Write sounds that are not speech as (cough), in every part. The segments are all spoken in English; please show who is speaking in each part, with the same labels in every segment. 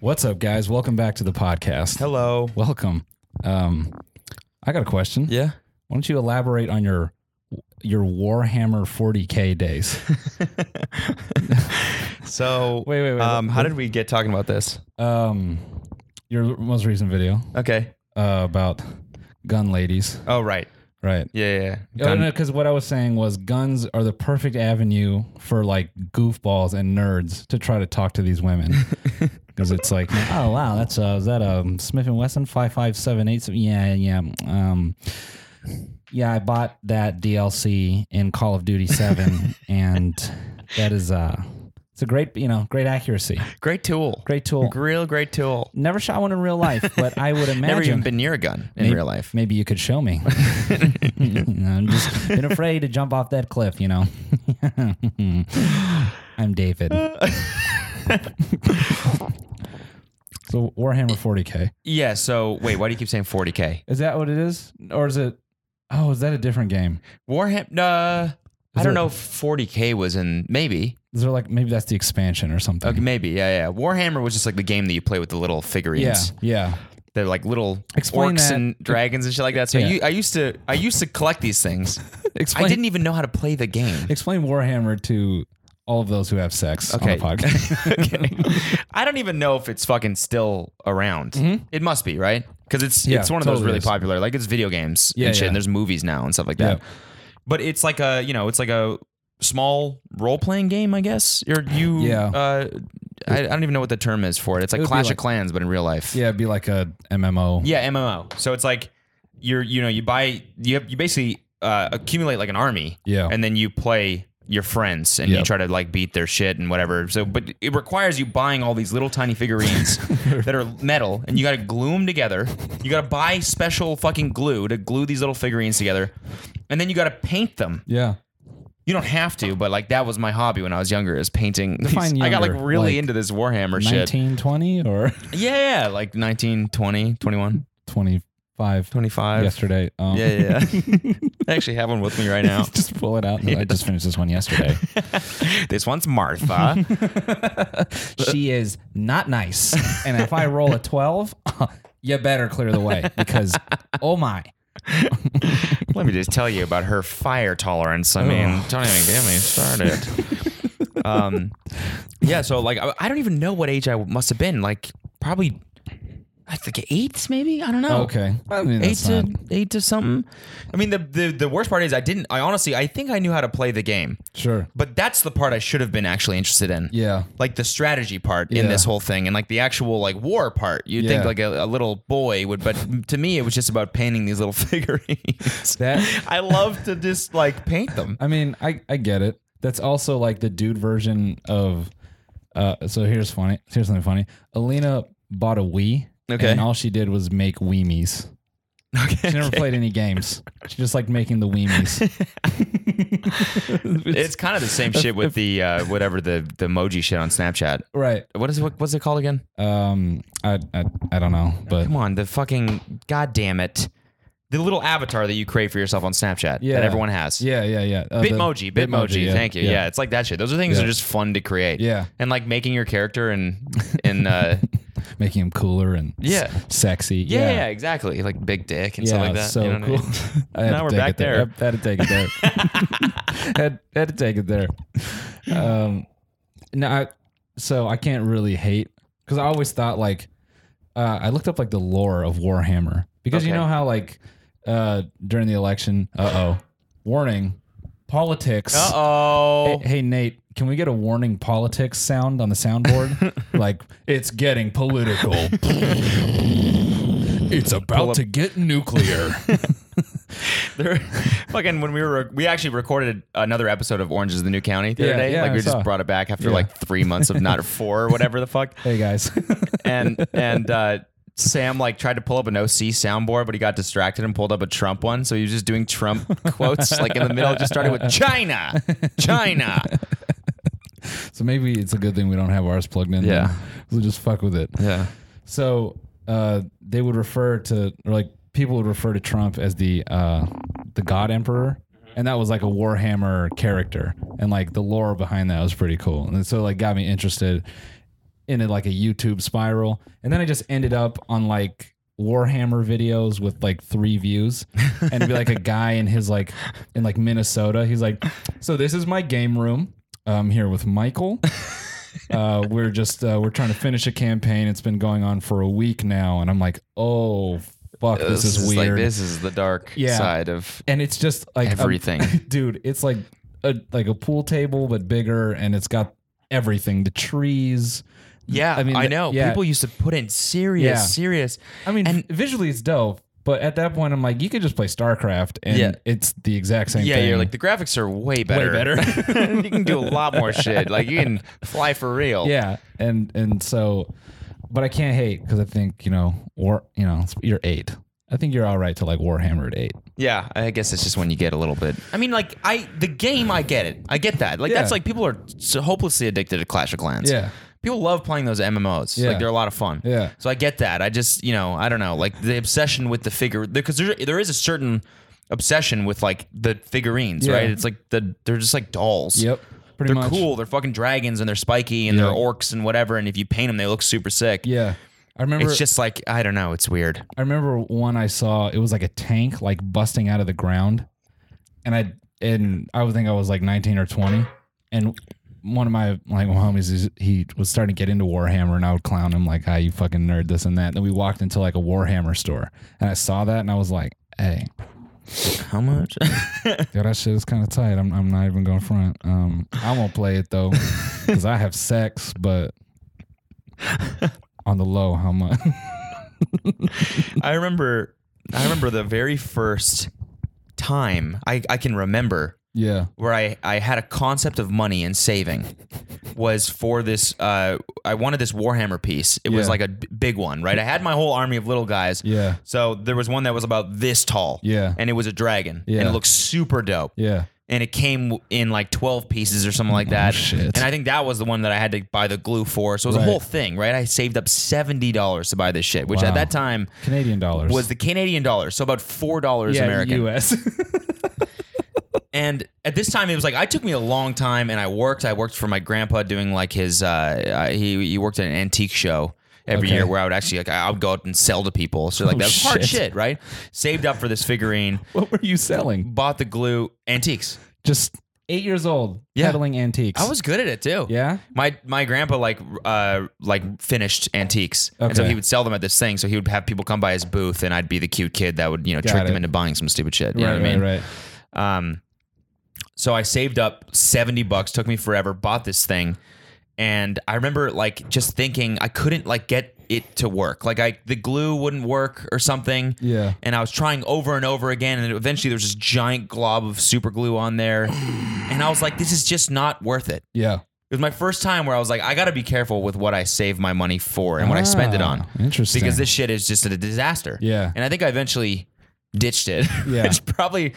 Speaker 1: What's up, guys? Welcome back to the podcast.
Speaker 2: Hello.
Speaker 1: Welcome. Um, I got a question.
Speaker 2: Yeah.
Speaker 1: Why don't you elaborate on your your Warhammer 40k
Speaker 2: (laughs)
Speaker 1: days?
Speaker 2: So,
Speaker 1: (laughs) Wait, wait, wait.
Speaker 2: um, how did we get talking about this?
Speaker 1: um your most recent video
Speaker 2: Okay.
Speaker 1: uh, about gun ladies,
Speaker 2: Oh, right.
Speaker 1: right?
Speaker 2: Yeah. yeah, yeah.
Speaker 1: Because
Speaker 2: Gun-
Speaker 1: what I was saying was guns are the perfect avenue for like goofballs and nerds to try to talk to these
Speaker 2: (laughs)
Speaker 1: women. Because it's like, oh wow, that's uh, is that a Smith and Wesson five five seven eight? Yeah, yeah, um, yeah. I bought that DLC in Call of Duty
Speaker 2: (laughs)
Speaker 1: Seven, and that is uh, it's a great, you know, great accuracy,
Speaker 2: Great tool.
Speaker 1: great tool.
Speaker 2: Real great tool.
Speaker 1: Never shot one in real life, but I would imagine
Speaker 2: (laughs) Never even been near a gun in
Speaker 1: Maybe-
Speaker 2: real life.
Speaker 1: Maybe you could show
Speaker 2: (laughs)
Speaker 1: me. (laughs) I'm just been afraid to jump off that cliff, you know. (laughs) I'm
Speaker 2: (laughs)
Speaker 1: David. so Warhammer 40k
Speaker 2: Yeah. So, wait, why do you keep saying 40K?
Speaker 1: is that what it is, or is it? Oh, is that a different game?
Speaker 2: Warhammer. Uh, I
Speaker 1: Is
Speaker 2: don't
Speaker 1: there-
Speaker 2: know if 40K was in. Maybe.
Speaker 1: Is there like maybe that's the expansion or something?
Speaker 2: Okay, maybe. Yeah, yeah. Warhammer was just like the game that you play with the little
Speaker 1: Yeah,
Speaker 2: figurines.
Speaker 1: yeah.
Speaker 2: They're like little
Speaker 1: Explain
Speaker 2: orcs
Speaker 1: that.
Speaker 2: and dragons and shit like that. So
Speaker 1: Yeah.
Speaker 2: you, I used to I used to collect these
Speaker 1: (laughs)
Speaker 2: things.
Speaker 1: Explain.
Speaker 2: I didn't even know how to play the game.
Speaker 1: e-, explain Warhammer to all of those who have sex
Speaker 2: Okay.
Speaker 1: on the
Speaker 2: (laughs)
Speaker 1: podcast.
Speaker 2: okay. I don't even know if it's fucking still around. It must be, right? Because it's
Speaker 1: Mm-hmm. Yeah,
Speaker 2: it's one of those
Speaker 1: totally
Speaker 2: really
Speaker 1: is.
Speaker 2: popular, like it's video games
Speaker 1: Yeah,
Speaker 2: and shit.
Speaker 1: yeah.
Speaker 2: And there's movies now and stuff like that.
Speaker 1: Yeah.
Speaker 2: But it's like a you know, it's like a small role playing game, I guess. Or you,
Speaker 1: Yeah.
Speaker 2: Uh, I, I don't even know what the term is for it. It's like
Speaker 1: would be
Speaker 2: Clash
Speaker 1: like-
Speaker 2: of Clans, but in real life.
Speaker 1: yeah, it'd be like a MMO.
Speaker 2: Yeah, MMO. So it's like you're you know you buy you have, you basically uh, accumulate like an army.
Speaker 1: Yeah.
Speaker 2: And then you play your friends and
Speaker 1: Yeah.
Speaker 2: you try to like beat their shit and whatever. So but it requires you buying all these little
Speaker 1: (laughs)
Speaker 2: tiny figurines that are metal and you got to glue them together. You got to buy special fucking glue to glue these little figurines together. And then you got to paint them.
Speaker 1: yeah.
Speaker 2: You don't have to, but like that was my hobby when I was younger is painting. these-
Speaker 1: Define
Speaker 2: I got like
Speaker 1: younger,
Speaker 2: really
Speaker 1: like
Speaker 2: into this Warhammer shit.
Speaker 1: 1920 or
Speaker 2: Yeah, yeah, like 19, 20, 21,
Speaker 1: 25
Speaker 2: 25.
Speaker 1: yesterday. Um,
Speaker 2: Yeah, yeah.
Speaker 1: (laughs)
Speaker 2: yeah. I actually have one with me right now.
Speaker 1: just pull it out. I just finished this one yesterday.
Speaker 2: (laughs) This one's Martha.
Speaker 1: she is not nice. And if I roll a 12, (laughs) you better clear the way because, oh my.
Speaker 2: Let me just tell you about her fire tolerance. I mean, don't even get me started. um, yeah. So like, I, I don't even know what age I must have been. Like, probably, I think eight, maybe. I don't know.
Speaker 1: Okay. I mean,
Speaker 2: Eight
Speaker 1: that's
Speaker 2: to
Speaker 1: not-
Speaker 2: eight to something. I mean, the, the the worst part is I didn't. I honestly, I think I knew how to play the game,
Speaker 1: Sure.
Speaker 2: but that's the part I should have been actually interested in.
Speaker 1: Yeah.
Speaker 2: like the strategy part
Speaker 1: Yeah.
Speaker 2: in this whole thing and like the actual like war part you'd
Speaker 1: Yeah.
Speaker 2: think like a, a little boy would but to me it was just about painting these little (laughs) figurines
Speaker 1: That-
Speaker 2: i love to just like paint them (laughs)
Speaker 1: I mean, I, I get it. That's also like the dude version of. Uh, so here's funny. Here's something funny. Alina bought a Wii.
Speaker 2: Okay.
Speaker 1: And all she did was make Weemies. She never played any games. She just liked making the Weemies.
Speaker 2: (laughs) it's kind of the same shit with the uh, whatever the the emoji shit on snapchat
Speaker 1: right.
Speaker 2: what is what, what's it called again
Speaker 1: Um, I, I I don't know, but
Speaker 2: (laughs) come on the fucking god damn it the little avatar that you create for yourself on snapchat
Speaker 1: Yeah.
Speaker 2: that everyone has
Speaker 1: yeah, yeah, yeah. Uh, the-
Speaker 2: Bitmoji, Bitmoji,
Speaker 1: yeah,
Speaker 2: thank you. Yeah. it's like that shit. Those are things that
Speaker 1: Yeah.
Speaker 2: are just fun to create.
Speaker 1: Yeah.
Speaker 2: and like making your character and (laughs) and uh,
Speaker 1: making him cooler and s-
Speaker 2: Yeah.
Speaker 1: sexy.
Speaker 2: Yeah,
Speaker 1: yeah,
Speaker 2: yeah, exactly. Like big dick and
Speaker 1: Yeah,
Speaker 2: stuff like that.
Speaker 1: so
Speaker 2: you know what I
Speaker 1: cool. (laughs)
Speaker 2: mean?
Speaker 1: I had
Speaker 2: Now
Speaker 1: to
Speaker 2: we're
Speaker 1: take
Speaker 2: back
Speaker 1: it there.
Speaker 2: there.
Speaker 1: I had to take it there.
Speaker 2: (laughs)
Speaker 1: had, had to take it there. Um, no, I, so I can't really hate because I always thought like uh, I looked up like the lore of Warhammer because you
Speaker 2: Okay.
Speaker 1: know how like uh, during the election, uh oh, warning, politics.
Speaker 2: Uh-oh. (laughs)
Speaker 1: Hey, hey, Nate, can we get a warning politics sound on the
Speaker 2: (laughs)
Speaker 1: soundboard? like it's getting political. it's about to get
Speaker 2: (laughs)
Speaker 1: nuclear.
Speaker 2: There- fucking when we were we actually recorded another episode of Orange is the New County the
Speaker 1: Yeah,
Speaker 2: other day.
Speaker 1: yeah,
Speaker 2: like
Speaker 1: I
Speaker 2: we
Speaker 1: saw.
Speaker 2: just brought it back after
Speaker 1: Yeah.
Speaker 2: like 3 months
Speaker 1: (laughs)
Speaker 2: of not or 4 or whatever the fuck.
Speaker 1: hey
Speaker 2: (laughs)
Speaker 1: guys.
Speaker 2: And and uh Sam like tried to pull up an OC soundboard, but he got distracted and pulled up a Trump one. So he was just
Speaker 1: (laughs)
Speaker 2: doing Trump quotes, like in the middle. Just started with China, China.
Speaker 1: so maybe it's a good thing we don't have ours plugged in.
Speaker 2: Yeah.
Speaker 1: then. We'll just fuck with it.
Speaker 2: Yeah,
Speaker 1: So uh, they would refer to or like people would refer to Trump as the uh, the God Emperor.
Speaker 2: Mm-hmm.
Speaker 1: And that was like a Warhammer character, and like the lore behind that was pretty cool, and so like got me interested in a, like a YouTube spiral, and then I just ended up on like Warhammer videos with like three
Speaker 2: (laughs)
Speaker 1: views, and it'd be like a guy in his like in like Minnesota. He's like, so this is my game room. I'm here with
Speaker 2: (laughs)
Speaker 1: Michael. Uh, we're just uh, we're trying to finish a campaign. It's been going on for a week now, and I'm like, oh fuck, (laughs) this, is,
Speaker 2: like
Speaker 1: weird.
Speaker 2: this is the dark
Speaker 1: Yeah. Um,
Speaker 2: side of
Speaker 1: And it's just like a-
Speaker 2: everything.
Speaker 1: (laughs) dude it's like a like a pool table but bigger and it's got everything the trees
Speaker 2: yeah, I
Speaker 1: I
Speaker 2: mean,
Speaker 1: mean,
Speaker 2: I
Speaker 1: the-
Speaker 2: know
Speaker 1: yeah.
Speaker 2: people used to put in serious,
Speaker 1: Yeah.
Speaker 2: serious.
Speaker 1: i mean
Speaker 2: And-
Speaker 1: and visually it's dope but at that point i'm like you could just play starcraft and
Speaker 2: Yeah.
Speaker 1: it's the exact same
Speaker 2: yeah,
Speaker 1: thing
Speaker 2: you're like the graphics are way better.
Speaker 1: better.
Speaker 2: (laughs) you can do a lot
Speaker 1: (laughs)
Speaker 2: more shit. Like you can fly for real.
Speaker 1: yeah and and so but i can't hate because i think you know war you know it's- you're eight i think you're all right to like warhammer at eight
Speaker 2: Yeah, I guess it's just when you get a little bit. I mean, like I the game, I get it, I get that. Like
Speaker 1: Yeah.
Speaker 2: that's like people are so hopelessly addicted to Clash of Clans.
Speaker 1: Yeah.
Speaker 2: people love playing those MMOs.
Speaker 1: Yeah.
Speaker 2: Like they're a lot of fun.
Speaker 1: Yeah.
Speaker 2: so I get that. I just you know I don't know like the obsession with the figure because there there is a certain obsession with like the figurines,
Speaker 1: Yeah.
Speaker 2: right? It's like the they're just like dolls.
Speaker 1: pretty
Speaker 2: They're
Speaker 1: much
Speaker 2: cool. They're fucking dragons and they're spiky and they're orcs and whatever. And if you paint them, they look super sick.
Speaker 1: yeah i remember
Speaker 2: It's just like I don't know. It's weird.
Speaker 1: I remember one I saw. It was like a tank like busting out of the ground, and I and I would think I was like nineteen or twenty, and one of my like homies is- he was starting to get into Warhammer, and I would clown him like, "Ah, you fucking nerd, this and that." Then we walked into like a Warhammer store, and I saw that, and I was like, "Hey,
Speaker 2: How much?
Speaker 1: yo, that shit is kind of tight. I'm I'm not even going front. Um, I won't play it though, because I have sex, but." On the low, how much?
Speaker 2: (laughs)
Speaker 1: (laughs)
Speaker 2: I remember I remember the very first time I, I can remember
Speaker 1: yeah,
Speaker 2: where I, I had a concept of money and saving was for this uh, I wanted this Warhammer piece. It was
Speaker 1: Yeah.
Speaker 2: like a b- big one, right? I had my whole army of little guys.
Speaker 1: yeah,
Speaker 2: So there was one that was about this tall.
Speaker 1: Yeah.
Speaker 2: And it was a dragon. And
Speaker 1: Yeah.
Speaker 2: it looked super dope.
Speaker 1: yeah.
Speaker 2: And it came in like 12 pieces or something like that.
Speaker 1: Oh, shit.
Speaker 2: And I think that was the one that I had to buy the glue for. So it was
Speaker 1: Right.
Speaker 2: a whole thing, right? I saved up $70 to buy this shit, which at
Speaker 1: Wow.
Speaker 2: that time
Speaker 1: Canadian dollars
Speaker 2: was the Canadian dollar, so about four dollars American.
Speaker 1: U.S.
Speaker 2: And at this time, it was like I took me a long time, and I worked. I worked for my grandpa doing like his. Uh, uh, he he worked at an antique show every
Speaker 1: Okay.
Speaker 2: year where I would actually like I would go out and sell to people. So like
Speaker 1: Oh,
Speaker 2: that was hard
Speaker 1: shit.
Speaker 2: shit, right? Saved up for this figurine,
Speaker 1: (laughs) what were you selling?
Speaker 2: bought the glue, antiques.
Speaker 1: Just eight years old,
Speaker 2: Yeah.
Speaker 1: peddling antiques.
Speaker 2: I was good at it too.
Speaker 1: yeah.
Speaker 2: My my grandpa like uh like finished antiques, and so
Speaker 1: Okay.
Speaker 2: he would sell them at this thing. So he would have people come by his booth, and I'd be the cute kid that would you know trick them
Speaker 1: it.
Speaker 2: into buying some stupid shit. You know
Speaker 1: right,
Speaker 2: what I mean?
Speaker 1: right, right.
Speaker 2: Um, so I saved up 70 bucks, took me forever, bought this thing. And I remember like just thinking I couldn't like get it to work. Like I the glue wouldn't work or something.
Speaker 1: Yeah.
Speaker 2: And I was trying over and over again and eventually there was this giant glob of super glue on there. And I was like this is just not worth it.
Speaker 1: Yeah.
Speaker 2: It was my first time where I was like I got to be careful with what I save my money for and what I spend it
Speaker 1: Ah,
Speaker 2: on
Speaker 1: Interesting.
Speaker 2: because this shit is just a disaster.
Speaker 1: Yeah.
Speaker 2: And I think I eventually ditched it. (laughs)
Speaker 1: Yeah.
Speaker 2: Which probably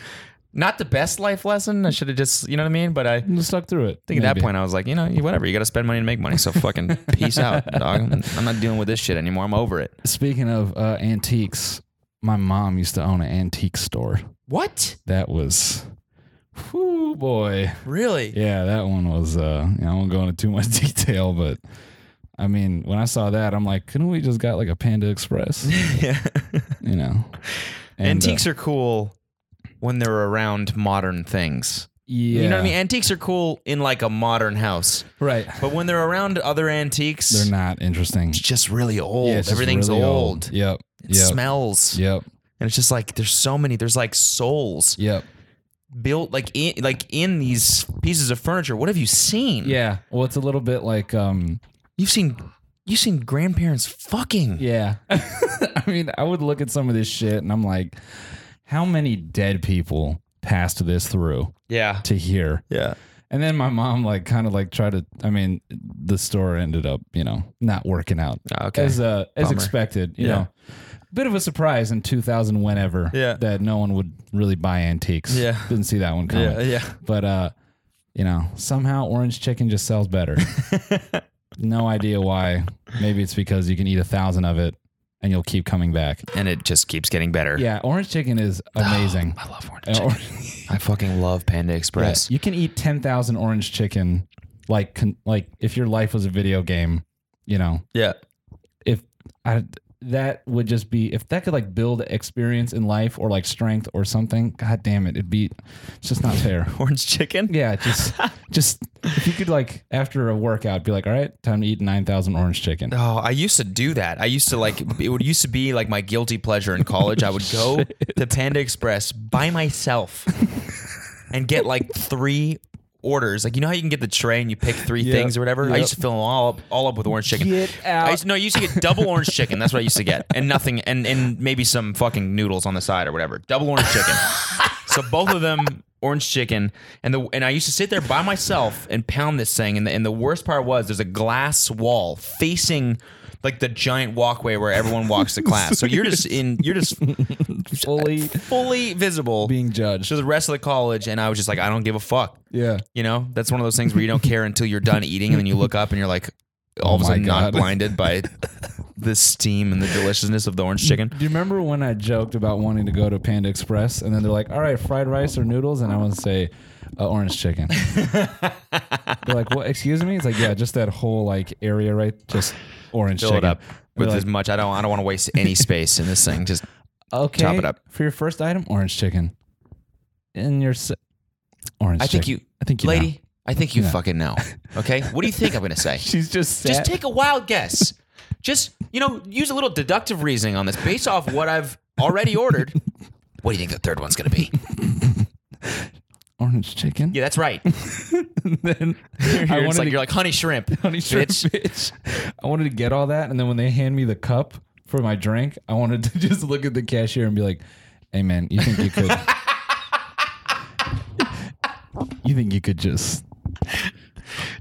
Speaker 2: not the best life lesson. I should have just, you know what I mean? But I think
Speaker 1: I'm stuck through it. I
Speaker 2: at that point I was like, you know, you- whatever. You got to spend money to make money.
Speaker 1: (laughs)
Speaker 2: So fucking peace out, dog. I'm, I'm not dealing with this shit anymore. I'm over it.
Speaker 1: Speaking of uh, antiques, my mom used to own an antique store.
Speaker 2: What?
Speaker 1: That was. Whoo boy.
Speaker 2: Really?
Speaker 1: Yeah, that one was uh you know, I won't go into too much (laughs) detail, but I mean, when I saw that, I'm like, couldn't we just got like a Panda
Speaker 2: (laughs)
Speaker 1: Express?
Speaker 2: Yeah.
Speaker 1: you know. And, uh,
Speaker 2: Antiques are cool when they're around modern things.
Speaker 1: yeah.
Speaker 2: You know what I mean? Antiques are cool in like a modern house.
Speaker 1: Right.
Speaker 2: But when they're around other antiques,
Speaker 1: They're not interesting.
Speaker 2: it's just really old.
Speaker 1: Yeah, it's just
Speaker 2: Everything's
Speaker 1: really
Speaker 2: old.
Speaker 1: Yep.
Speaker 2: It
Speaker 1: yep.
Speaker 2: smells.
Speaker 1: Yep.
Speaker 2: And it's just like there's so many. There's like souls
Speaker 1: Yep.
Speaker 2: built like in like in these pieces of furniture. What have you seen?
Speaker 1: Yeah. Well, it's a little bit like um.
Speaker 2: you've seen you've seen grandparents fucking.
Speaker 1: Yeah. (laughs) I mean, I would look at some of this shit and I'm like, how many dead people passed this through
Speaker 2: yeah,
Speaker 1: to here?
Speaker 2: yeah.
Speaker 1: And then my mom like kind of like tried to. I mean, the store ended up you know not working out
Speaker 2: Oh, Okay,
Speaker 1: as uh as
Speaker 2: Bummer.
Speaker 1: expected. You
Speaker 2: Yeah.
Speaker 1: know, bit of a surprise in 2000 whenever
Speaker 2: Yeah.
Speaker 1: that no one would really buy antiques.
Speaker 2: Yeah.
Speaker 1: Didn't see that one coming.
Speaker 2: yeah.
Speaker 1: But uh, you know, somehow orange chicken just sells better. no idea why. Maybe it's because you can eat a thousand of it and you'll keep coming back.
Speaker 2: And it just keeps getting better.
Speaker 1: Yeah, orange chicken is amazing.
Speaker 2: I love orange
Speaker 1: Uh, (laughs)
Speaker 2: Oh, chicken.
Speaker 1: or-
Speaker 2: I fucking love Panda Express.
Speaker 1: you can eat ten thousand orange chicken, like con- like if your life was a video game. you know,
Speaker 2: Yeah.
Speaker 1: if I, that would just be if that could like build experience in life or like strength or something. God damn it, it'd be it's just not fair.
Speaker 2: Orange chicken?
Speaker 1: Yeah,
Speaker 2: (laughs)
Speaker 1: just just if you could like after a workout be like, all right, time to eat nine thousand orange chicken.
Speaker 2: Oh, I used to do that. I used to like it would used to be like my guilty pleasure in college. I would go to Panda Express by myself and get like three orders. Like you know how you can get the tray and you pick three things or whatever? I
Speaker 1: yep.
Speaker 2: used to fill them all up all up with orange chicken.
Speaker 1: Get out.
Speaker 2: I used, no, I used to get double orange chicken. That's what I used to get. And nothing and and maybe some fucking noodles on the side or whatever. Double orange
Speaker 1: (laughs)
Speaker 2: chicken. so both of them orange chicken and the and I used to sit there by myself and pound this thing and the, and the worst part was there's a glass wall facing like the giant walkway where everyone walks
Speaker 1: (laughs)
Speaker 2: to class. So you're just in you're just
Speaker 1: Fully
Speaker 2: fully visible
Speaker 1: being judged.
Speaker 2: to the rest of the college and I was just like I don't give a fuck.
Speaker 1: Yeah.
Speaker 2: You know, that's one of those things where you don't care until you're done eating, and then you look up and you're like, all of a
Speaker 1: Oh my
Speaker 2: sudden, not
Speaker 1: God.
Speaker 2: blinded
Speaker 1: (laughs)
Speaker 2: by the steam and the deliciousness of the orange chicken.
Speaker 1: Do you remember when I joked about wanting to go to Panda Express and then they're like, all right, fried rice or noodles? And I want to say, uh, orange
Speaker 2: (laughs)
Speaker 1: chicken. they're like, what? Excuse me? It's like, yeah, just that whole like area, right? Just orange
Speaker 2: Fill it
Speaker 1: chicken.
Speaker 2: up with
Speaker 1: They're
Speaker 2: as much. I don't. I don't want to waste any space in this thing. Just
Speaker 1: Okay.
Speaker 2: Top it up.
Speaker 1: For your first item, orange chicken. And your se- orange
Speaker 2: I think
Speaker 1: chicken.
Speaker 2: you,
Speaker 1: I think you
Speaker 2: lady.
Speaker 1: know.
Speaker 2: I think you
Speaker 1: (laughs)
Speaker 2: fucking know. Okay, what do you think I'm gonna say?
Speaker 1: She's just sat.
Speaker 2: Just take a wild guess. Just you know, use a little deductive reasoning on this based off what I've already ordered. What do you think the third one's
Speaker 1: (laughs)
Speaker 2: gonna be?
Speaker 1: orange chicken.
Speaker 2: Yeah, that's right.
Speaker 1: (laughs) then
Speaker 2: I
Speaker 1: I
Speaker 2: it's
Speaker 1: wanted
Speaker 2: like
Speaker 1: to
Speaker 2: you're like
Speaker 1: (laughs)
Speaker 2: honey shrimp.
Speaker 1: honey shrimp, bitch. (laughs) I wanted to get all that, and then when they hand me the cup for my drink, I wanted to (laughs) just look at the cashier and be like, "Hey, man, you think you (laughs) could? you think you could just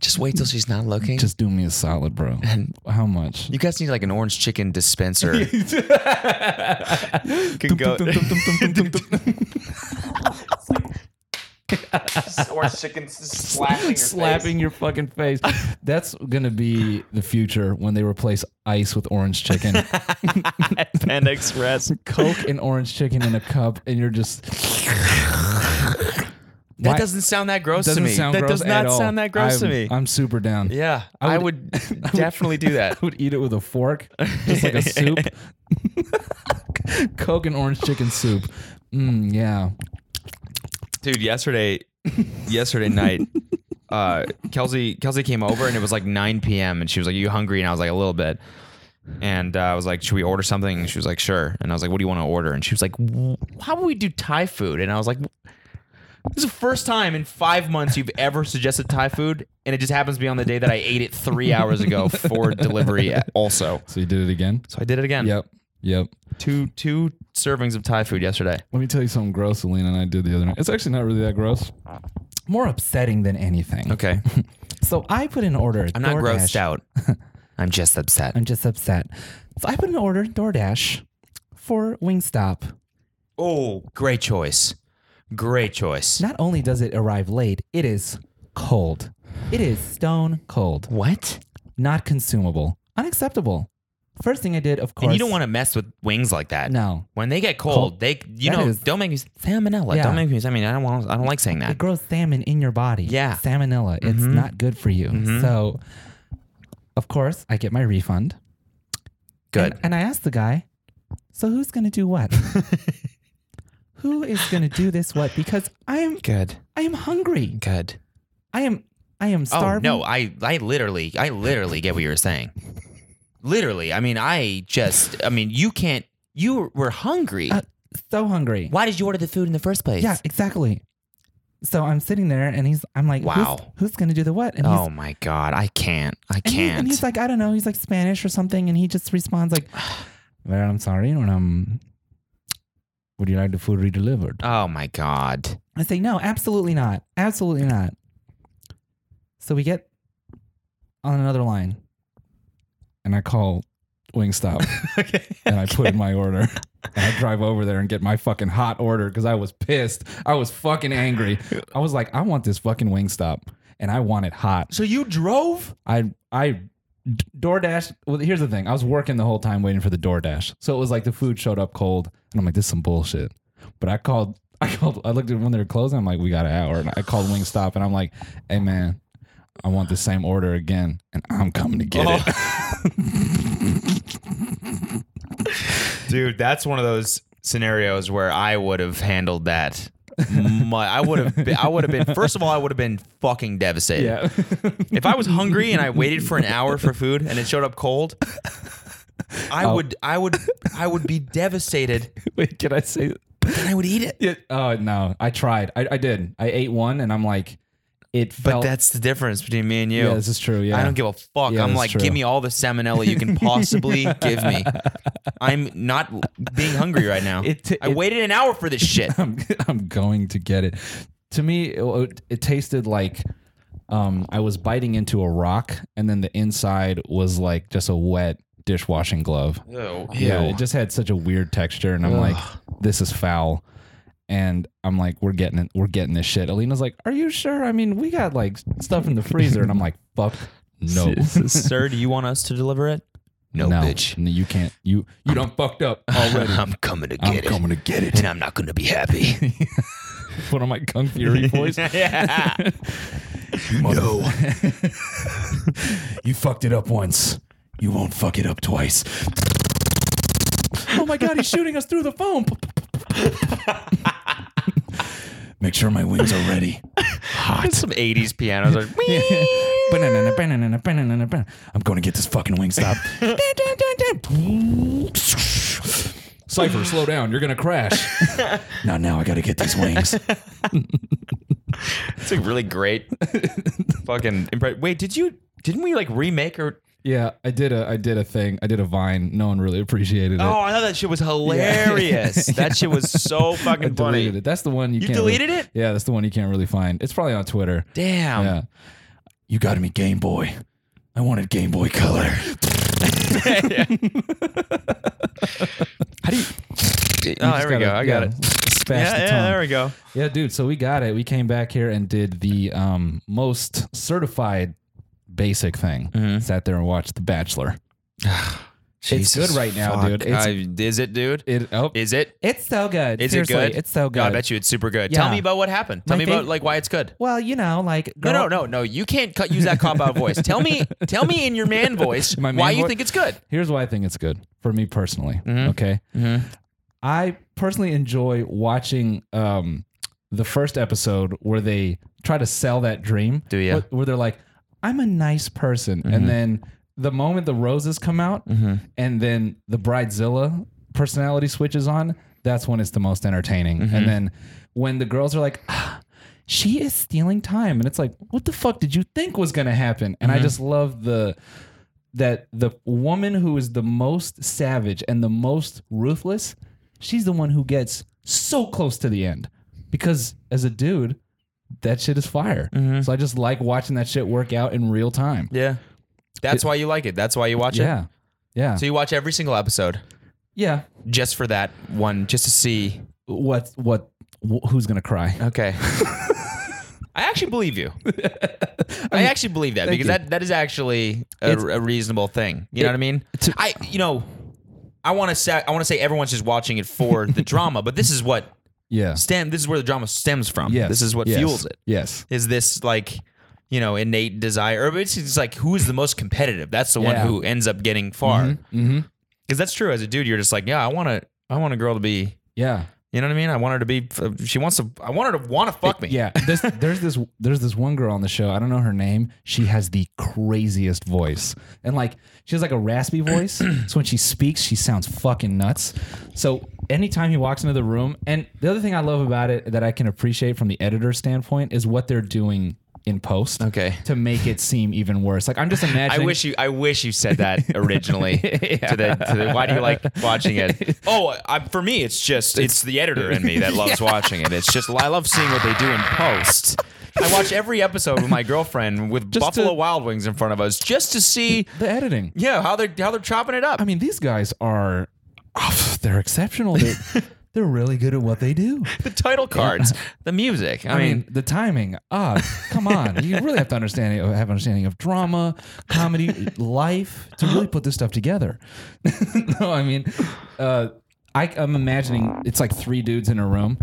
Speaker 2: Just wait till she's not looking.
Speaker 1: just do me a solid, bro? How much? (laughs)
Speaker 2: You guys need like an orange chicken dispenser. Can go (laughs) orange chicken slapping your
Speaker 1: (laughs) Slapping your fucking face. (laughs) That's gonna be the future when they replace ice with orange chicken. (laughs)
Speaker 2: Panda Express.
Speaker 1: Coke and orange chicken in a cup, and you're just
Speaker 2: That
Speaker 1: Why-
Speaker 2: doesn't sound that gross
Speaker 1: doesn't
Speaker 2: to me.
Speaker 1: sound
Speaker 2: that
Speaker 1: gross
Speaker 2: does not
Speaker 1: at all.
Speaker 2: sound that gross to
Speaker 1: I'm-
Speaker 2: me.
Speaker 1: I'm super down.
Speaker 2: yeah, I would, definitely do
Speaker 1: I
Speaker 2: that.
Speaker 1: (laughs) would eat it with a fork, just like a
Speaker 2: (laughs)
Speaker 1: soup. Coke and orange chicken soup. Mm, yeah.
Speaker 2: dude yesterday yesterday night uh kelsey kelsey came over and it was like 9 p.m and she was like you hungry and i was like a little bit and uh, i was like should we order something and she was like sure and i was like what do you want to order and she was like "W- how would we do thai food and i was like this is the first time in five months you've ever suggested thai food and it just happens to be on the day that i ate it three hours ago for delivery also
Speaker 1: So you did it again?
Speaker 2: so i did it again
Speaker 1: Yep. Yep.
Speaker 2: two two servings of thai food yesterday
Speaker 1: Let me tell you something gross Alina and I did the other night. It's actually not really that gross. More upsetting than anything.
Speaker 2: okay
Speaker 1: So I put in an order.
Speaker 2: i'm not grossed out i'm just upset
Speaker 1: I'm just upset. So I put in an order DoorDash for Wingstop.
Speaker 2: Oh, great choice. Great choice.
Speaker 1: Not only does it arrive late, it is cold. It is stone cold.
Speaker 2: What?
Speaker 1: not consumable, unacceptable. First thing I did, of course,
Speaker 2: And you don't want to mess with wings like that.
Speaker 1: no.
Speaker 2: When they get cold, they you
Speaker 1: That
Speaker 2: know
Speaker 1: is-
Speaker 2: don't make me salmonella.
Speaker 1: Yeah.
Speaker 2: Don't make me. I mean, I don't want. I don't like saying
Speaker 1: It
Speaker 2: that.
Speaker 1: grows salmon in your body.
Speaker 2: Yeah. Mm-hmm.
Speaker 1: salmonella. It's not good for you. So, of course, I get my refund.
Speaker 2: Good.
Speaker 1: And, and I asked the guy, "So who's going to do
Speaker 2: (laughs)
Speaker 1: what? Who is going to do this what? Because I am,
Speaker 2: Good.
Speaker 1: I am hungry.
Speaker 2: Good.
Speaker 1: I am, I am
Speaker 2: Oh
Speaker 1: starving.
Speaker 2: no, I I literally I literally get what you're saying. Literally, I mean, I just I mean, you can't. You were hungry.
Speaker 1: Uh, so hungry.
Speaker 2: Why did you order the food in the first place?
Speaker 1: Yeah, exactly. So I'm sitting there, and he's, I'm like, who's-
Speaker 2: Wow.
Speaker 1: who's, going to do the what? And he's
Speaker 2: Oh my god, I can't. I
Speaker 1: And, he-
Speaker 2: can't.
Speaker 1: and he's like, I don't know. He's like Spanish or something. And he just responds like, well, I'm sorry. When I'm, would you like the food redelivered?
Speaker 2: oh my god.
Speaker 1: I say, no, absolutely not. Absolutely not. So we get on another
Speaker 2: (laughs)
Speaker 1: line and I call Wingstop
Speaker 2: okay.
Speaker 1: and I put in my order and I drive over there and get my fucking hot order because I was pissed. I was fucking angry. I was like, I want this fucking Wingstop and I want it hot.
Speaker 2: So you drove?
Speaker 1: I I D- DoorDash. Well, here's the thing. I was working the whole time waiting for the DoorDash, so it was like the food showed up cold, and I'm like, this is some bullshit. But I called. (laughs) I called. I looked at when they were closing. I'm like, we got an hour, and I called Wingstop, and I'm like, hey man, I want the same order again, and I'm coming to
Speaker 2: Oh,
Speaker 1: get it.
Speaker 2: (laughs) Dude, that's one of those scenarios where I would have handled that. My, I would have been, I would have been first of all I would have been fucking devastated. (laughs) If I was hungry and I waited for an hour for food and it showed up cold, I
Speaker 1: Oh.
Speaker 2: would I would I would be devastated
Speaker 1: Wait, can I say?
Speaker 2: and I would eat it.
Speaker 1: Yeah. Oh no, I tried. I, I did. I ate one, and I'm like, it
Speaker 2: But
Speaker 1: felt.
Speaker 2: that's the difference between me and you.
Speaker 1: yeah, this is true. Yeah. (laughs)
Speaker 2: I don't give a fuck.
Speaker 1: Yeah,
Speaker 2: I'm
Speaker 1: that's
Speaker 2: like,
Speaker 1: true.
Speaker 2: give me all the salmonella you can (laughs) possibly give me. I'm not being hungry right now.
Speaker 1: It t-
Speaker 2: I
Speaker 1: it-
Speaker 2: waited an hour for this (laughs) shit.
Speaker 1: I'm, I'm going to get it. To me, it, it tasted like um, I was biting into a rock, and then the inside was like just a wet dishwashing glove.
Speaker 2: Oh,
Speaker 1: Yeah, it just had such a weird texture, and I'm like, this is foul. And I'm like, we're getting it, we're getting this shit. Alina's like, are you sure? I mean, we got like stuff in the freezer, and I'm like, fuck, no,
Speaker 2: (laughs) Sir, do you want us to deliver it? No, bitch.
Speaker 1: no, you can't, you you don't fucked up (laughs) already.
Speaker 2: I'm coming to get
Speaker 1: I'm
Speaker 2: it.
Speaker 1: coming to get it.
Speaker 2: And I'm not going to be (laughs) happy.
Speaker 1: Put on my Kung (laughs) Fury voice.
Speaker 2: yeah.
Speaker 1: No. you fucked it up once. You won't fuck it up twice. oh my god, he's shooting us through the phone. (laughs) Make sure my wings are ready.
Speaker 2: Some 80s pianos. (laughs) Like,
Speaker 1: Banana, banana, banana, banana. I'm going to get this fucking wing stop. (laughs) Cypher, slow down. You're going to (laughs) crash. now, now I got to get these wings.
Speaker 2: it's a really great (laughs) fucking impre- Wait, did you, didn't we like remake or?
Speaker 1: Yeah, I did a I did a thing. I did a vine. No one really appreciated it.
Speaker 2: Oh, I thought that shit was (laughs) hilarious. That shit was (laughs) so fucking
Speaker 1: deleted
Speaker 2: funny.
Speaker 1: it. That's the one you, can't
Speaker 2: deleted
Speaker 1: really,
Speaker 2: it?
Speaker 1: Yeah, that's the one you can't really find. It's probably on Twitter.
Speaker 2: Damn.
Speaker 1: Yeah. You got me Game Boy. I wanted Game Boy Color. (laughs)
Speaker 2: How do you? Oh, there we go. I got it.
Speaker 1: Smash
Speaker 2: Yeah,
Speaker 1: the
Speaker 2: yeah,
Speaker 1: tongue.
Speaker 2: there we go.
Speaker 1: Yeah, dude. So we got it. We came back here and did the um, most certified basic thing.
Speaker 2: Mm-hmm.
Speaker 1: Sat there and watched The Bachelor. It's good right now, dude. It's-
Speaker 2: I- is it, dude?
Speaker 1: It oh,
Speaker 2: Is it?
Speaker 1: it's so good.
Speaker 2: Is
Speaker 1: Seriously,
Speaker 2: it good?
Speaker 1: It's so good.
Speaker 2: No, I bet you it's super good. Tell
Speaker 1: Yeah.
Speaker 2: me about what happened. Tell
Speaker 1: My
Speaker 2: me about
Speaker 1: fav-
Speaker 2: like why it's good.
Speaker 1: Well, you know, like girl,
Speaker 2: No, no, no, no. You can't cut, use that cop out voice.
Speaker 1: (laughs)
Speaker 2: Tell me, tell me in your man voice
Speaker 1: My man
Speaker 2: why you
Speaker 1: voi-
Speaker 2: think it's good.
Speaker 1: Here's why I think it's good for me personally.
Speaker 2: Mm-hmm.
Speaker 1: Okay. I personally enjoy watching um, the first episode where they try to sell that dream.
Speaker 2: Do ya? Mm-hmm.
Speaker 1: Where, where they're like, I'm a nice person. And then the moment the roses come out and then the bridezilla personality switches on, that's when it's the most entertaining.
Speaker 2: Mm-hmm.
Speaker 1: And then when the girls are like, ah, she is stealing time. And it's like, what the fuck did you think was going to happen? And
Speaker 2: Mm-hmm.
Speaker 1: I just love the that the woman who is the most savage and the most ruthless, she's the one who gets so close to the end. Because as a dude, that shit is fire.
Speaker 2: Mm-hmm.
Speaker 1: So I just like watching that shit work out in real time.
Speaker 2: Yeah. That's why you like it. That's why you watch it.
Speaker 1: Yeah. Yeah.
Speaker 2: So you watch every single episode
Speaker 1: yeah.
Speaker 2: just for that one, just to see.
Speaker 1: What what wh- who's going to cry? (laughs)
Speaker 2: Okay. I actually believe you. I actually believe that because
Speaker 1: you.
Speaker 2: that, that is actually a,
Speaker 1: It's-
Speaker 2: a reasonable thing. You know
Speaker 1: It-
Speaker 2: what I mean?
Speaker 1: to-
Speaker 2: I you know, I want to say I want to say everyone's just watching it
Speaker 1: (laughs)
Speaker 2: for the drama, but this is what
Speaker 1: Yeah.
Speaker 2: stem. This is where the drama stems from.
Speaker 1: Yes.
Speaker 2: This is what
Speaker 1: Yes.
Speaker 2: fuels it.
Speaker 1: Yes.
Speaker 2: Is this like you know innate desire? Or it's just like who is the most competitive? That's the
Speaker 1: Yeah.
Speaker 2: one who ends up getting far. Because
Speaker 1: Mhm.
Speaker 2: that's true. As a dude, you're just like, yeah, I want to. I want a girl to be.
Speaker 1: Yeah.
Speaker 2: You know what I mean? I want her to be. She wants to. I want her to want to fuck me.
Speaker 1: Yeah, there's, there's this there's this one girl on the show. I don't know her name. She has the craziest voice, and like she has like a raspy voice. so when she speaks, she sounds fucking nuts. So anytime he walks into the room, and the other thing I love about it that I can appreciate from the editor's standpoint is what they're doing in post.
Speaker 2: Okay.
Speaker 1: To make it seem even worse. Like I'm just
Speaker 2: I
Speaker 1: imagining.
Speaker 2: wish you. I wish you said that originally. to the, to the, why do you like watching it? Oh, I, for me, it's just it's the editor in me that loves watching it. It's just I love seeing what they do in post. I watch every episode with my girlfriend with
Speaker 1: Just
Speaker 2: Buffalo
Speaker 1: to-
Speaker 2: Wild Wings in front of us just to see,
Speaker 1: the editing.
Speaker 2: yeah, how they're how they're chopping
Speaker 1: (laughs)
Speaker 2: it up.
Speaker 1: I mean, these guys are, oh, they're exceptional. (laughs) They're, they're really good at what they do.
Speaker 2: the title cards, the music. I,
Speaker 1: I
Speaker 2: mean,
Speaker 1: mean, the timing. Ah, come on. You really have to understand have an understanding of drama, comedy, life to really put this stuff together. (laughs) no, I mean, uh, I, I'm imagining it's like three dudes in a room,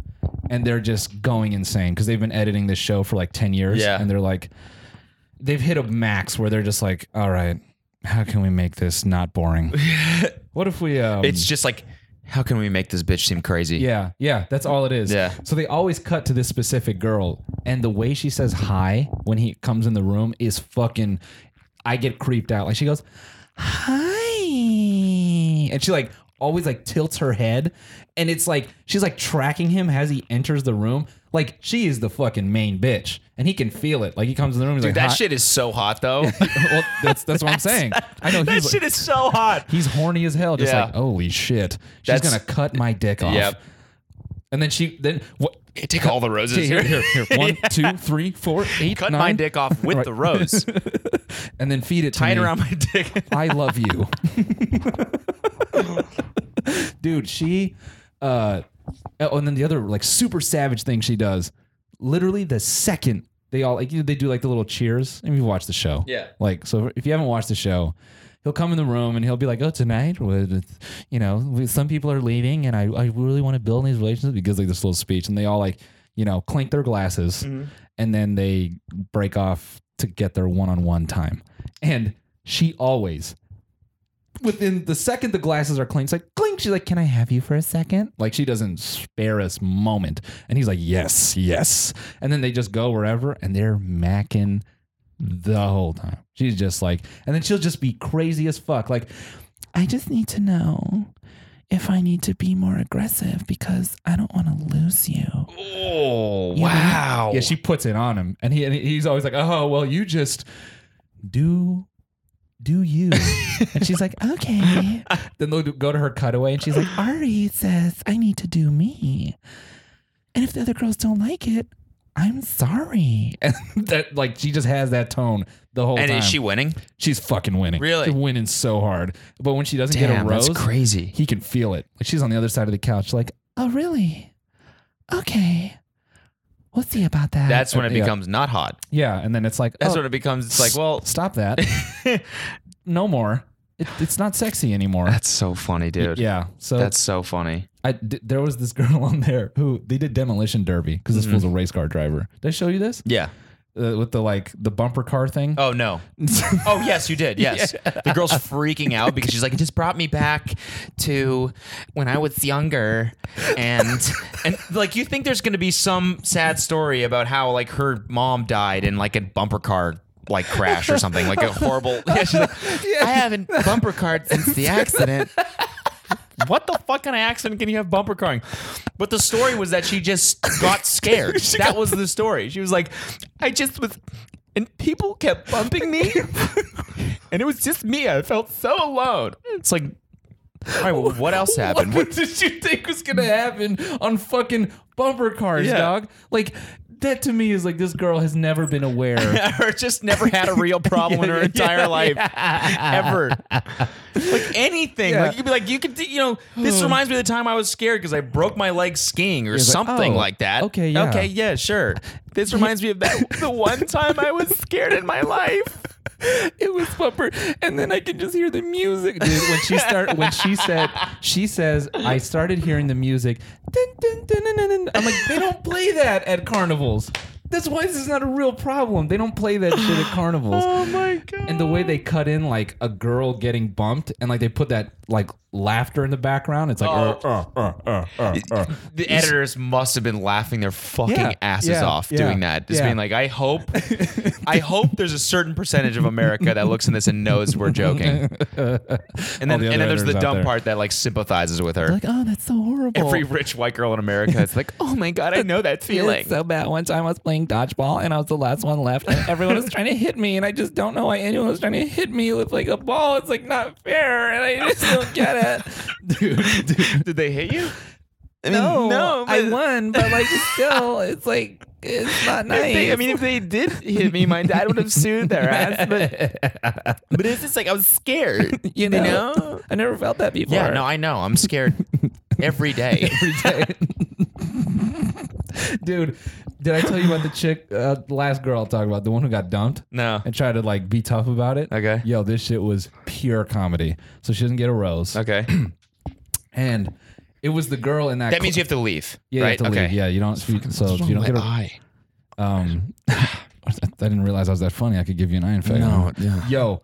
Speaker 1: and they're just going insane because they've been editing this show for like ten years,
Speaker 2: Yeah.
Speaker 1: and they're like. they've hit a max where they're just like, all right, how can we make this not
Speaker 2: (laughs)
Speaker 1: boring? what if we? Um,
Speaker 2: It's just like, how can we make this bitch seem crazy?
Speaker 1: yeah, yeah. That's all it is.
Speaker 2: Yeah.
Speaker 1: So they always cut to this specific girl, and the way she says hi when he comes in the room is fucking. I get creeped out. Like she goes, hi, and she like always like tilts her head, and it's like she's like tracking him as he enters the room. Like she is the fucking main bitch, and he can feel it. Like he comes in the room, he's like,
Speaker 2: That
Speaker 1: "Hi."
Speaker 2: shit is so hot
Speaker 1: (laughs)
Speaker 2: though.
Speaker 1: well, that's that's
Speaker 2: (laughs)
Speaker 1: what I'm saying. I know
Speaker 2: that
Speaker 1: he's
Speaker 2: shit is
Speaker 1: (laughs)
Speaker 2: so hot.
Speaker 1: he's horny as hell. Just
Speaker 2: Yeah.
Speaker 1: like holy shit, she's
Speaker 2: That's-
Speaker 1: gonna cut my dick off.
Speaker 2: Yep.
Speaker 1: And then she then what?
Speaker 2: Take all the roses
Speaker 1: Here,
Speaker 2: here.
Speaker 1: here, here. One,
Speaker 2: (laughs)
Speaker 1: two, three, four, eight,
Speaker 2: Cut my
Speaker 1: nine.
Speaker 2: dick off with
Speaker 1: Right.
Speaker 2: the
Speaker 1: (laughs)
Speaker 2: rose.
Speaker 1: and then feed it to
Speaker 2: Tie it
Speaker 1: me.
Speaker 2: around my dick.
Speaker 1: I love
Speaker 2: (laughs)
Speaker 1: you, dude. She, uh, oh, and then the other like super savage thing she does. Literally the second they all like you know, they do like the little cheers, and you watch the show.
Speaker 2: Yeah.
Speaker 1: Like so, if you haven't watched the show, he'll come in the room and he'll be like, "Oh, tonight, with you know, we, some people are leaving, and I, I really want to build these relationships." Because like this little speech, and they all like you know clink their glasses, and then they break off to get their one-on-one time, and she always within the second the glasses are clean, she's like, clink. She's like, can I have you for a second? Like, she doesn't spare us moment. And he's like, yes, yes. And then they just go wherever and they're macking the whole time. She's just like, and then she'll just be crazy as fuck. Like, I just need to know if I need to be more aggressive because I don't want to lose you.
Speaker 2: Oh
Speaker 1: Yeah, man.
Speaker 2: wow.
Speaker 1: Yeah, she puts it on him, and he and he's always like, "Oh, well, you just do do you." and she's like, "Okay." Then they'll go to her cutaway, and she's like, "Ari says I need to do me, and if the other girls don't like it, I'm sorry." (laughs) And that like she just has that tone the whole
Speaker 2: and
Speaker 1: time.
Speaker 2: is she winning?
Speaker 1: she's fucking winning.
Speaker 2: Really?
Speaker 1: She's winning so hard. But when she doesn't get a rose,
Speaker 2: crazy.
Speaker 1: he can feel it. Like she's on the other side of the couch, like, oh really? Okay. We'll see about that.
Speaker 2: That's when it
Speaker 1: Yeah.
Speaker 2: becomes not hot.
Speaker 1: Yeah, and then it's like,
Speaker 2: That's
Speaker 1: oh,
Speaker 2: when it becomes it's
Speaker 1: (laughs)
Speaker 2: like, well,
Speaker 1: stop
Speaker 2: (laughs)
Speaker 1: that. no more. It, it's not sexy anymore.
Speaker 2: that's so funny, dude.
Speaker 1: yeah. So
Speaker 2: That's so funny.
Speaker 1: I d- there was this (laughs) girl on there who they did demolition derby because this was a race car driver. Did I show you this
Speaker 2: Yeah.
Speaker 1: uh, with the like the bumper car thing? (laughs)
Speaker 2: Oh no. oh yes, you did. Yes. The girl's freaking out because she's like, it just brought me back to when I was younger, and and like you think there's gonna be some sad story about how like her mom died in like a bumper car like crash or something like a horrible. Yeah, she's like, (laughs) I haven't bumper carred since the accident. What the fuck kind of accident can you have bumper carring? But the story was that she just got (laughs) scared. that was the story. She was like, I just was, and people kept bumping (laughs) me, and it was just me. I felt so alone. It's like, all right, well, what else happened?
Speaker 1: (laughs) What did you think was gonna happen on fucking bumper cars,
Speaker 2: Yeah.
Speaker 1: dog? Like that to me is like this girl has never been
Speaker 2: (laughs)
Speaker 1: aware. (laughs)
Speaker 2: or just never had a real problem in her entire life ever. Like anything.
Speaker 1: Yeah.
Speaker 2: Like you'd be like, you could, t- you know,
Speaker 1: (gasps)
Speaker 2: this reminds me of the time I was scared because I broke my leg skiing or
Speaker 1: like,
Speaker 2: something
Speaker 1: oh,
Speaker 2: like that.
Speaker 1: okay, yeah.
Speaker 2: Okay, yeah, sure. This reminds me of that
Speaker 1: (laughs)
Speaker 2: the one time I was scared in my life.
Speaker 1: it was bumper and then i can just hear the music dude when she start when she said she says i started hearing the music Dun, dun, dun, dun, dun, dun. i'm like they don't play that at carnivals that's why this is not a real problem they don't play that shit at carnivals
Speaker 2: my god.
Speaker 1: and the way they cut in like a girl getting bumped and like they put that like laughter in the background it's like
Speaker 2: Oh.
Speaker 1: "Uh, uh, uh, uh, uh, uh."
Speaker 2: The editors must have been laughing their fucking
Speaker 1: Yeah,
Speaker 2: asses
Speaker 1: yeah,
Speaker 2: off
Speaker 1: yeah,
Speaker 2: doing that. Just
Speaker 1: yeah.
Speaker 2: being like, I hope, I hope there's a certain percentage of America that looks in this and knows
Speaker 1: (laughs)
Speaker 2: we're joking. And then,
Speaker 1: the other
Speaker 2: and then there's the
Speaker 1: editors out
Speaker 2: dumb
Speaker 1: there.
Speaker 2: part that like sympathizes with her.
Speaker 1: like oh that's so horrible
Speaker 2: Every rich white girl in America is like, oh my god, I know (laughs) that feeling.
Speaker 1: It's so bad. One time I was playing dodgeball and I was the last one left, and everyone was trying to hit me, and I just don't know why anyone was trying to hit me with like a ball. It's like not fair, and I just don't get it. Dude,
Speaker 2: Did they hit you? I mean,
Speaker 1: no,
Speaker 2: (laughs) no.
Speaker 1: I
Speaker 2: but-
Speaker 1: won, but
Speaker 2: (laughs)
Speaker 1: like still, it's like it's not nice.
Speaker 2: if they- I mean, if they did hit me, my dad would have sued their ass. But (laughs) but it's just like I was scared.
Speaker 1: you know,
Speaker 2: (laughs) You know?
Speaker 1: I never felt that before.
Speaker 2: Yeah, no, I know. I'm (laughs) scared every day.
Speaker 1: (laughs) dude. Did I tell you about the chick, uh, the last girl I'll talk about, the one who got dumped?
Speaker 2: No.
Speaker 1: and try to like be tough about it.
Speaker 2: Okay.
Speaker 1: Yo, this shit was pure comedy. So she doesn't get a rose.
Speaker 2: Okay.
Speaker 1: And it was the girl in that.
Speaker 2: That means you have to leave.
Speaker 1: yeah,
Speaker 2: right?
Speaker 1: you have to
Speaker 2: okay.
Speaker 1: leave. Yeah, you don't. You, so
Speaker 2: What's wrong
Speaker 1: you don't
Speaker 2: with
Speaker 1: get
Speaker 2: my
Speaker 1: a.
Speaker 2: eye?
Speaker 1: Um, (laughs) I didn't realize I was that funny. I could give you an eye infection.
Speaker 3: No, yeah.
Speaker 1: Yo,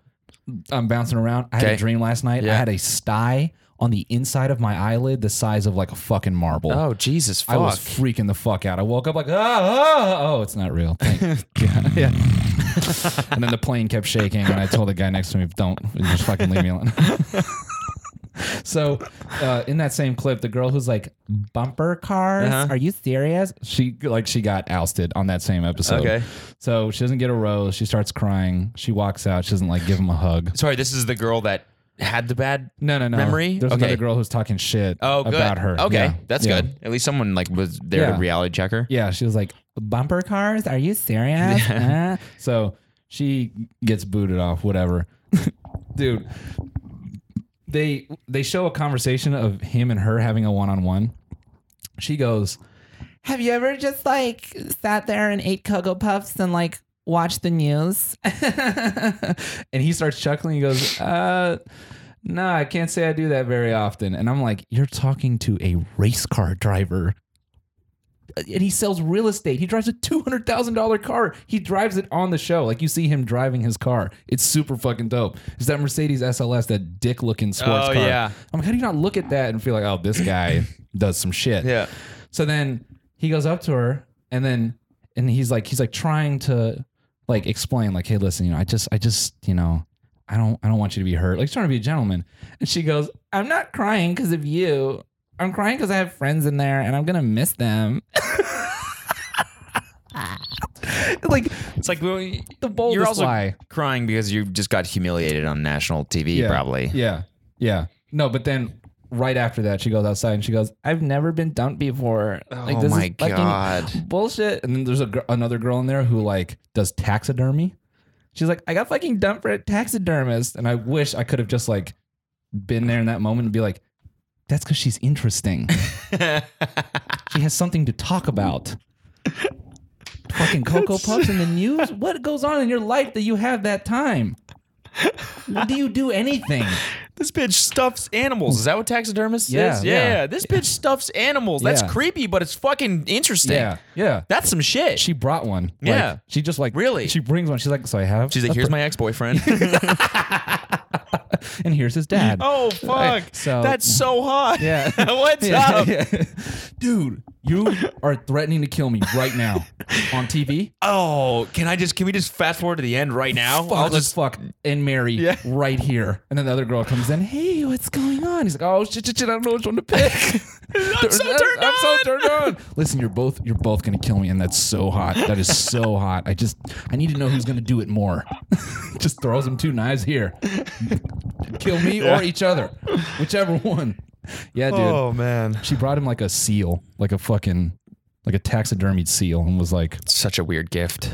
Speaker 1: I'm bouncing around. I had
Speaker 2: Okay.
Speaker 1: a dream last night. I
Speaker 2: Yeah.
Speaker 1: had a sty on the inside of my eyelid the size of like a fucking marble.
Speaker 2: Oh Jesus!
Speaker 1: I
Speaker 2: Fuck.
Speaker 1: was freaking the fuck out. I woke up like, ah, ah, oh, it's not real.
Speaker 2: (laughs)
Speaker 1: Thank God. yeah. (laughs) and then the plane kept shaking, and I told the guy next to me, "Don't just fucking leave me alone." (laughs) so, uh, in that same clip, the girl who's like, "Bumper cars?
Speaker 2: Uh-huh.
Speaker 1: Are you serious?" She like she got ousted on that same episode.
Speaker 2: Okay.
Speaker 1: So she doesn't get a rose. She starts crying. She walks out. She doesn't like give him a hug.
Speaker 2: Sorry, this is the girl that had the bad.
Speaker 1: No, no, no.
Speaker 2: Memory?
Speaker 1: There's
Speaker 2: Okay.
Speaker 1: another girl who's talking shit
Speaker 2: Oh, good.
Speaker 1: about her.
Speaker 2: Okay,
Speaker 1: Yeah.
Speaker 2: that's
Speaker 1: Yeah.
Speaker 2: good. At least someone like was there
Speaker 1: Yeah.
Speaker 2: to reality check her.
Speaker 1: Yeah, she was like, "Bumper cars? Are you serious?" Huh?" (laughs) So she gets booted off. Whatever, (laughs) dude. They they show a conversation of him and her having a one on one. She goes,
Speaker 4: Have you ever just like sat there and ate Cocoa Puffs and like watched
Speaker 1: (laughs)
Speaker 4: the news?
Speaker 1: and he starts chuckling. He goes, "Uh." No, I can't say I do that very often. And I'm like, you're talking to a race car driver. And he sells real estate. He drives a $200,000 car. He drives it on the show. Like you see him driving his car. It's super fucking dope. It's that Mercedes SLS, that dick looking sports
Speaker 2: Oh,
Speaker 1: car.
Speaker 2: yeah.
Speaker 1: I'm like, how do you not look at that and feel like, oh, this
Speaker 2: (clears throat)
Speaker 1: guy does some shit?
Speaker 2: Yeah.
Speaker 1: So then he goes up to her and then and he's like he's like trying to like explain like hey listen you know I just I just you know I don't I don't want you to be hurt like he's trying to be a gentleman and she goes
Speaker 4: I'm not crying because of you. I'm crying because I have friends in there and I'm going to miss them.
Speaker 1: like
Speaker 2: It's like we-
Speaker 1: the boldest
Speaker 2: you're also
Speaker 1: lie
Speaker 2: crying because you just got humiliated on national TV,
Speaker 1: yeah
Speaker 2: probably.
Speaker 1: yeah yeah no but then right after that she goes outside and she goes
Speaker 4: I've never been dumped before.
Speaker 2: oh my god.
Speaker 1: bullshit and then there's a, gr- another girl in there who like does taxidermy
Speaker 4: She's like, I got fucking dumped for a taxidermist.
Speaker 1: honest, and I wish I could have just like been there in that moment and be like, that's because she's
Speaker 2: (laughs)
Speaker 1: interesting. she has something to talk about. Fucking Cocoa Puffs in the news? What goes on in your life that you have that time? Do you do anything?
Speaker 2: This bitch stuffs animals. Is that what taxidermist
Speaker 1: Yeah,
Speaker 2: is?
Speaker 1: yeah.
Speaker 2: This bitch stuffs animals.
Speaker 1: Yeah.
Speaker 2: That's creepy, but it's fucking interesting.
Speaker 1: Yeah, yeah.
Speaker 2: That's some shit.
Speaker 1: She brought one. Like,
Speaker 2: Yeah.
Speaker 1: she just like
Speaker 2: Really?
Speaker 1: She brings one. She's like, so I have.
Speaker 2: She's like, here's my
Speaker 1: (laughs)
Speaker 2: ex boyfriend.
Speaker 1: and here's his dad.
Speaker 2: (laughs) oh fuck.
Speaker 1: (laughs) So-
Speaker 2: That's so hot.
Speaker 1: Yeah.
Speaker 2: (laughs) What's
Speaker 1: Yeah, (laughs)
Speaker 2: up?
Speaker 1: yeah. dude? You are threatening to kill me right now on TV.
Speaker 2: (laughs) Oh, can I just can we just fast forward to the end right now?
Speaker 1: fuck, let's fuck and marry right here. And then the other girl comes in, hey, what's going on? He's like, oh shit, shit, shit, I don't know which one to pick.
Speaker 2: (laughs)
Speaker 1: (laughs)
Speaker 2: I'm so
Speaker 1: I'm-
Speaker 2: turned
Speaker 1: I'm so
Speaker 2: on.
Speaker 1: turned on. Listen, you're both you're both gonna kill me, and that's so hot. That is so (laughs) hot. I just I need to know who's gonna do it more. (laughs) just throws him two knives here. kill me or each other. Whichever one. Yeah, dude.
Speaker 2: Oh. man.
Speaker 1: She brought him like a seal, like a fucking like a taxidermied seal, and was like,
Speaker 2: Such a weird gift.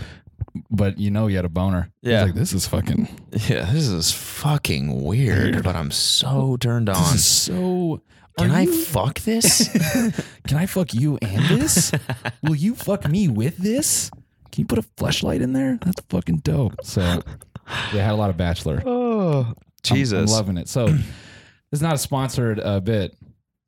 Speaker 1: but you know he had a boner. He's
Speaker 2: Yeah.
Speaker 1: like, this is fucking
Speaker 2: Yeah, this is fucking weird, but I'm so turned on.
Speaker 1: so
Speaker 2: Can
Speaker 1: Are
Speaker 2: I
Speaker 1: you-
Speaker 2: fuck
Speaker 1: (laughs)
Speaker 2: this?
Speaker 1: Can I fuck you and
Speaker 2: (laughs)
Speaker 1: this? Will you fuck me with this? Can you put a flashlight in there? That's fucking dope. So they had a lot of Bachelor. I'm-
Speaker 2: oh,
Speaker 1: I'm,
Speaker 2: Jesus.
Speaker 1: loving it. So it's not a sponsored uh, bit.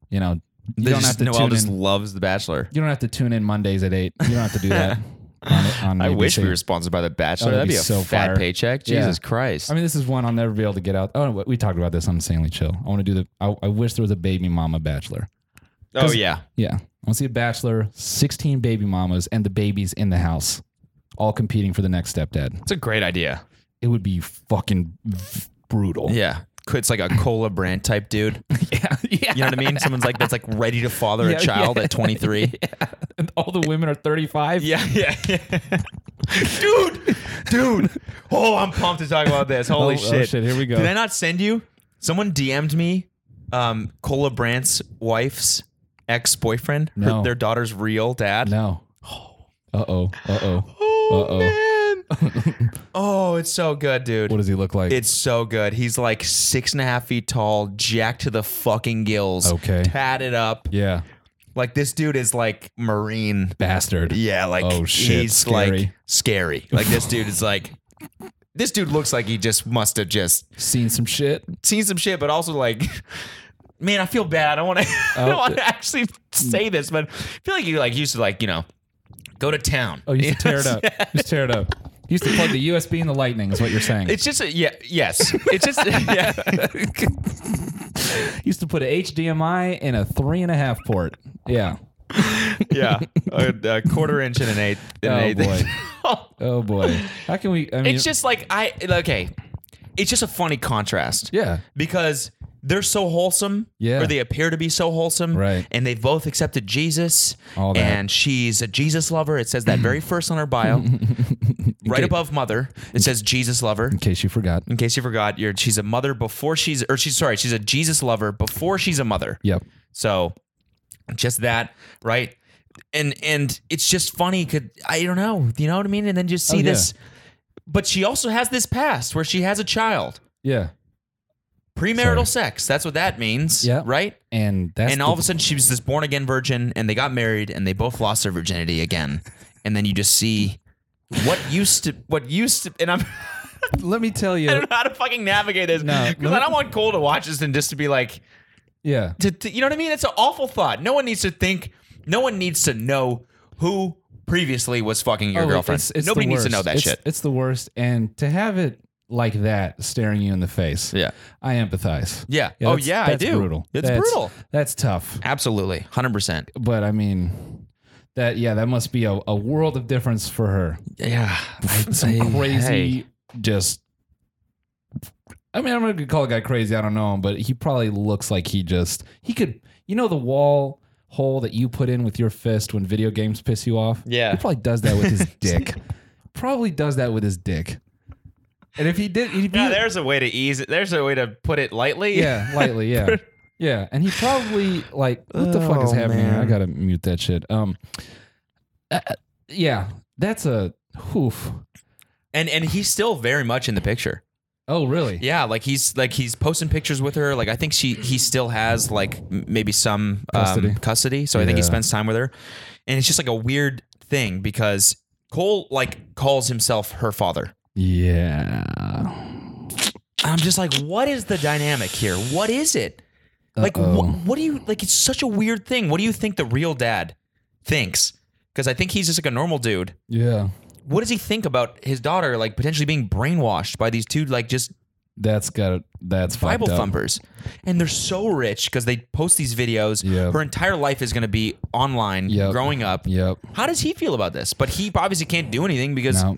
Speaker 1: You know, you
Speaker 2: They
Speaker 1: don't
Speaker 2: just-
Speaker 1: have to
Speaker 2: Noelle
Speaker 1: tune
Speaker 2: just
Speaker 1: in.
Speaker 2: loves The Bachelor.
Speaker 1: You don't have to tune in Mondays at eight. You don't have to do
Speaker 2: (laughs)
Speaker 1: that. on, on
Speaker 2: I wish
Speaker 1: ABC.
Speaker 2: we were sponsored by The Bachelor.
Speaker 1: Oh, that'd
Speaker 2: that'd,
Speaker 1: be
Speaker 2: be, a
Speaker 1: so
Speaker 2: fat
Speaker 1: fire.
Speaker 2: paycheck.
Speaker 1: Yeah.
Speaker 2: Jesus Christ.
Speaker 1: I mean, this is one I'll never be able to get out. Oh, we talked about this on Insanely Chill. I want to do the. I, I wish there was a baby mama Bachelor.
Speaker 2: oh, yeah.
Speaker 1: Yeah. I want to see a bachelor, 16 baby mamas, and the babies in the house, all competing for the next stepdad.
Speaker 2: It's a great idea.
Speaker 1: It would be fucking v- brutal.
Speaker 2: Yeah.
Speaker 1: (laughs)
Speaker 2: It's like a Cola brand type dude.
Speaker 1: Yeah. yeah.
Speaker 2: You know what I mean? Someone's like that's like ready to father
Speaker 1: Yeah,
Speaker 2: a child
Speaker 1: (laughs)
Speaker 2: at 23.
Speaker 1: And all the women are 35.
Speaker 2: Yeah, yeah, (laughs) dude, dude. Oh, I'm pumped to talk about this. Holy
Speaker 1: Oh, oh,
Speaker 2: shit!
Speaker 1: shit, here we go.
Speaker 2: Did I not send you? Someone DM'd me, um, Cola Brandt's wife's ex-boyfriend, her-
Speaker 1: No.
Speaker 2: their daughter's real dad.
Speaker 1: No. Uh oh. Uh oh.
Speaker 2: Oh
Speaker 1: (laughs)
Speaker 2: man! oh, it's so good, dude.
Speaker 1: What does he look like?
Speaker 2: It's so good. He's like six and a half feet tall, jacked to the fucking gills.
Speaker 1: Okay.
Speaker 2: Tatted up.
Speaker 1: yeah.
Speaker 2: Like this dude is like marine.
Speaker 1: Bastard.
Speaker 2: Yeah, like
Speaker 1: Oh, shit,
Speaker 2: he's
Speaker 1: scary.
Speaker 2: like scary. Like this dude is like this dude looks like he just must have just
Speaker 1: Seen some shit.
Speaker 2: seen some shit, but also like (laughs) man, I feel bad. I don't wanna (laughs) I
Speaker 1: Oh.
Speaker 2: don't wanna actually say this, but I feel like he like used to like, (laughs) you know, go to town.
Speaker 1: Oh, you should tear it up. Just tear it up. You used to plug the USB in the lightning, is what you're saying.
Speaker 2: It's just a, yeah, yes. It's just (laughs) yeah.
Speaker 1: used to put an HDMI in a three and a half port. Yeah.
Speaker 2: yeah, a, a quarter inch and an eighth. And
Speaker 1: Oh,
Speaker 2: an (laughs) eighth.
Speaker 1: boy. Oh boy. How can we? I mean,
Speaker 2: it's just like I okay. It's just a funny contrast.
Speaker 1: yeah.
Speaker 2: because they're so wholesome,
Speaker 1: Yeah.
Speaker 2: or they appear to be so wholesome,
Speaker 1: Right.
Speaker 2: And they've both accepted Jesus,
Speaker 1: All that.
Speaker 2: and she's a Jesus lover. It says that (laughs) very first on her bio, right above mother. It says Jesus lover.
Speaker 1: In case you forgot.
Speaker 2: In case you forgot, you're she's a mother before she's, or she's sorry, she's a Jesus lover before she's a mother.
Speaker 1: Yep.
Speaker 2: So, just that, right? And and it's just funny. Could I don't know, you know what I mean? And then just see
Speaker 1: Oh, yeah.
Speaker 2: this, but she also has this past where she has a child.
Speaker 1: Yeah.
Speaker 2: Premarital
Speaker 1: Sorry.
Speaker 2: sex. That's what that means.
Speaker 1: Yeah.
Speaker 2: Right?
Speaker 1: And that's
Speaker 2: and all of a sudden she was this born again virgin and they got married and they both lost their
Speaker 1: (laughs)
Speaker 2: virginity again. And then you just see what used to what used to and I'm (laughs)
Speaker 1: sudden, let me tell
Speaker 2: I
Speaker 1: you.
Speaker 2: don't know how to fucking navigate this.
Speaker 1: No,
Speaker 2: Because
Speaker 1: let me-
Speaker 2: I don't want Cole to watch this and just to be like
Speaker 1: Yeah.
Speaker 2: to, to- you know what I mean? It's an awful thought. No one needs to think no one needs to know who previously was fucking your
Speaker 1: Oh,
Speaker 2: girlfriend.
Speaker 1: it's- it's the
Speaker 2: Nobody needs to know
Speaker 1: worst.
Speaker 2: that
Speaker 1: It's-
Speaker 2: shit.
Speaker 1: It's the worst. And to have it like that staring you in the face.
Speaker 2: Yeah.
Speaker 1: I empathize.
Speaker 2: Yeah. oh
Speaker 1: that's-
Speaker 2: yeah,
Speaker 1: that's
Speaker 2: I do.
Speaker 1: Brutal.
Speaker 2: It's
Speaker 1: That's-
Speaker 2: brutal.
Speaker 1: That's tough.
Speaker 2: Absolutely. 100%.
Speaker 1: But I mean, that yeah, that must be a, a world of difference for her.
Speaker 2: Yeah. I,
Speaker 1: Some
Speaker 2: I- hey.
Speaker 1: crazy, just. I mean, I'm not gonna call a guy crazy. I don't know him, but he probably looks like he just he could. You know the wall hole that you put in with your fist when video games piss you off.
Speaker 2: Yeah.
Speaker 1: he probably does that with
Speaker 2: (laughs)
Speaker 1: his dick. Probably does that with his dick. And if he did, if
Speaker 2: Yeah,
Speaker 1: you-
Speaker 2: there's a way to ease it. There's a way to put it lightly.
Speaker 1: Yeah, lightly,
Speaker 2: (laughs)
Speaker 1: yeah. Yeah, and he probably like what the fuck is
Speaker 2: Oh,
Speaker 1: happening? here? I
Speaker 2: man.
Speaker 1: got to mute that shit. Um uh, uh, yeah, that's a hoof.
Speaker 2: And and he's still very much in the picture.
Speaker 1: Oh, really?
Speaker 2: Yeah, like he's like he's posting pictures with her. Like I think she he still has like m- maybe some um,
Speaker 1: Custody.
Speaker 2: custody. So I think he
Speaker 1: Yeah.
Speaker 2: spends time with her. And it's just like a weird thing because Cole like calls himself her father.
Speaker 1: Yeah.
Speaker 2: And I'm just like, what is the dynamic here? What is it? Like
Speaker 1: Uh-oh.
Speaker 2: what what do you like it's such a weird thing. What do you think the real dad thinks? Because I think he's just like a normal dude.
Speaker 1: Yeah.
Speaker 2: what does he think about his daughter like potentially being brainwashed by these two like just
Speaker 1: That's got that's fucked
Speaker 2: Bible
Speaker 1: up.
Speaker 2: thumpers? And they're so rich because they post these videos.
Speaker 1: Yep.
Speaker 2: Her entire life is going to be online
Speaker 1: Yep.
Speaker 2: growing up.
Speaker 1: Yep.
Speaker 2: How does he feel about this? But he obviously can't do anything because
Speaker 1: No.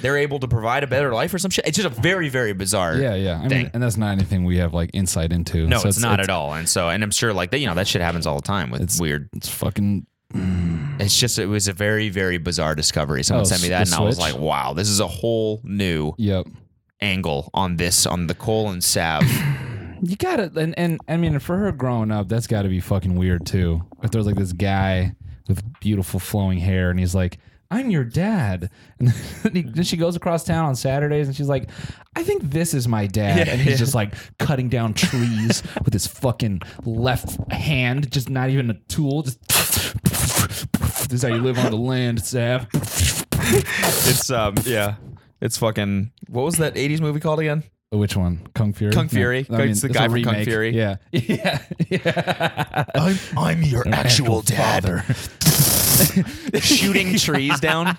Speaker 2: they're able to provide a better life or some shit. It's just a very, very bizarre.
Speaker 1: Yeah, yeah. I mean,
Speaker 2: Dang.
Speaker 1: and that's not anything we have like insight into.
Speaker 2: No, it's, not at all. And so, and I'm sure like that, you know, that shit happens all the time with weird.
Speaker 1: It's fucking
Speaker 2: It's just, it was a very, very bizarre discovery. Someone
Speaker 1: Oh,
Speaker 2: sent me
Speaker 1: s-
Speaker 2: that and
Speaker 1: the
Speaker 2: I was
Speaker 1: switch?
Speaker 2: like, wow, this is a whole new
Speaker 1: yep.
Speaker 2: angle on this, on the Cole and
Speaker 1: (laughs)
Speaker 2: Sav.
Speaker 1: You gotta, and, and I mean, for her growing up, that's gotta be fucking weird too. If there's like this guy with beautiful flowing hair and he's like, I'm your dad. (laughs) And then, he, then she goes across town on Saturdays and she's like, I think this is my dad. and he's just like cutting down (laughs) trees with his fucking left hand, just not even a tool. Just (laughs) this is how you live on the land, Sab.
Speaker 2: It's um yeah. It's fucking what was that 80s movie called again?
Speaker 1: Which one? Kung Fury?
Speaker 2: Kung Fury.
Speaker 1: I mean,
Speaker 2: It's the
Speaker 1: a
Speaker 2: guy from Kung
Speaker 1: remake.
Speaker 2: Fury.
Speaker 1: Yeah. Yeah.
Speaker 2: I'm I'm your actual, dad.
Speaker 1: Father.
Speaker 2: Shooting
Speaker 1: (laughs)
Speaker 2: trees down.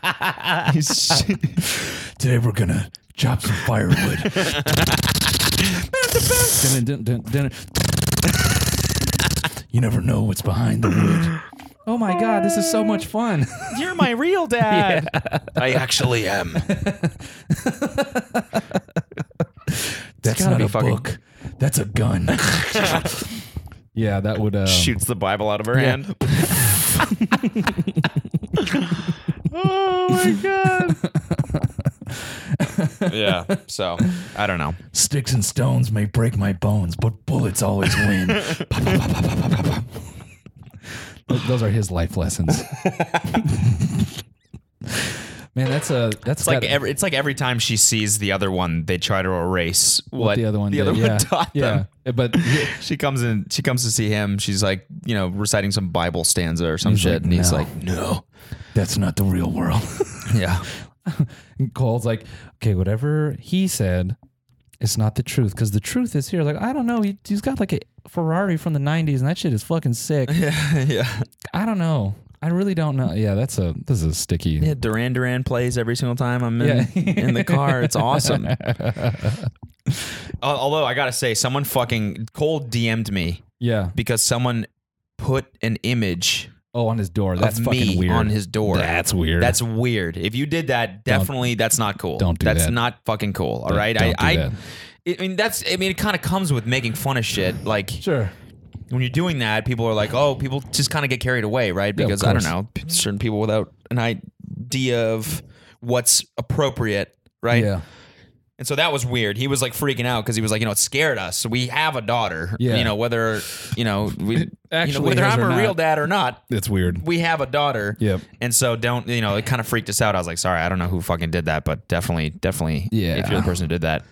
Speaker 1: Today we're gonna chop some firewood. Dun, dun, dun, dun, dun. you never know what's behind the wood. Oh my god, this is so much
Speaker 2: (laughs)
Speaker 1: fun.
Speaker 2: You're my real dad. I actually am.
Speaker 1: That's
Speaker 2: gotta
Speaker 1: not
Speaker 2: be
Speaker 1: a
Speaker 2: fucking-
Speaker 1: book. That's a gun. (laughs) yeah, that would uh,
Speaker 2: (laughs) Shoots the Bible out of
Speaker 1: (laughs)
Speaker 2: her hand. oh my god. yeah. So I don't know.
Speaker 1: Sticks and stones may break my bones, but bullets always win. Pa, pa, pa, pa, pa, pa, pa, pa. (laughs) Those are his life (laughs) lessons. Man, that's a that's
Speaker 2: It's like
Speaker 1: got-
Speaker 2: every it's like every time she sees the other one, they try to erase what,
Speaker 1: the other one.
Speaker 2: the
Speaker 1: did.
Speaker 2: other
Speaker 1: yeah.
Speaker 2: one taught
Speaker 1: yeah.
Speaker 2: them.
Speaker 1: Yeah, But
Speaker 2: She comes in. She comes to see him. She's like, you know, reciting some Bible stanza or some
Speaker 1: He's
Speaker 2: shit,
Speaker 1: like,
Speaker 2: and he's
Speaker 1: "No."
Speaker 2: like, "No,
Speaker 1: that's not the real world.
Speaker 2: (laughs)
Speaker 1: (laughs)
Speaker 2: yeah, (laughs)
Speaker 1: and Cole's like, okay, whatever he said, it's not the truth because the truth is here. Like, I don't know. He, he's got like a Ferrari from the '90s, and that shit is fucking sick.
Speaker 2: yeah,
Speaker 1: I don't know. I really don't know. Yeah, that's a this is sticky.
Speaker 2: Yeah, Duran Duran plays every single time I'm in,
Speaker 1: Yeah.
Speaker 2: in the car. It's awesome. (laughs) Al- Although I gotta say, someone fucking Cole DM'd me
Speaker 1: Yeah.
Speaker 2: because someone put an image
Speaker 1: Oh, on his door. That's
Speaker 2: of
Speaker 1: fucking
Speaker 2: me
Speaker 1: weird.
Speaker 2: on his door.
Speaker 1: That's weird.
Speaker 2: That's weird. If you did that, definitely that's not cool.
Speaker 1: don't do
Speaker 2: that's
Speaker 1: that.
Speaker 2: not fucking cool. All right.
Speaker 1: don't do
Speaker 2: I,
Speaker 1: that.
Speaker 2: I, I mean that's I mean it kind of comes with making fun of shit. Like
Speaker 1: sure.
Speaker 2: when you're doing that, people are like, oh, people just kind of get carried away, right?
Speaker 1: Yeah, of
Speaker 2: Because I don't
Speaker 1: course.
Speaker 2: know, p- certain people without an idea of what's appropriate, right?
Speaker 1: Yeah.
Speaker 2: And so that was weird. He was like freaking out because he was like, you know, it scared us. We have a daughter.
Speaker 1: Yeah.
Speaker 2: You know, whether you know, we, you know
Speaker 1: (laughs) Actually
Speaker 2: whether
Speaker 1: is
Speaker 2: I'm
Speaker 1: or
Speaker 2: a real
Speaker 1: not.
Speaker 2: dad or not,
Speaker 1: It's weird.
Speaker 2: we have a daughter.
Speaker 1: Yep.
Speaker 2: And so don't you know, it kind of freaked us out. I was like, sorry, I don't know who fucking did that, but definitely, definitely
Speaker 1: Yeah.
Speaker 2: if you're the person who did that,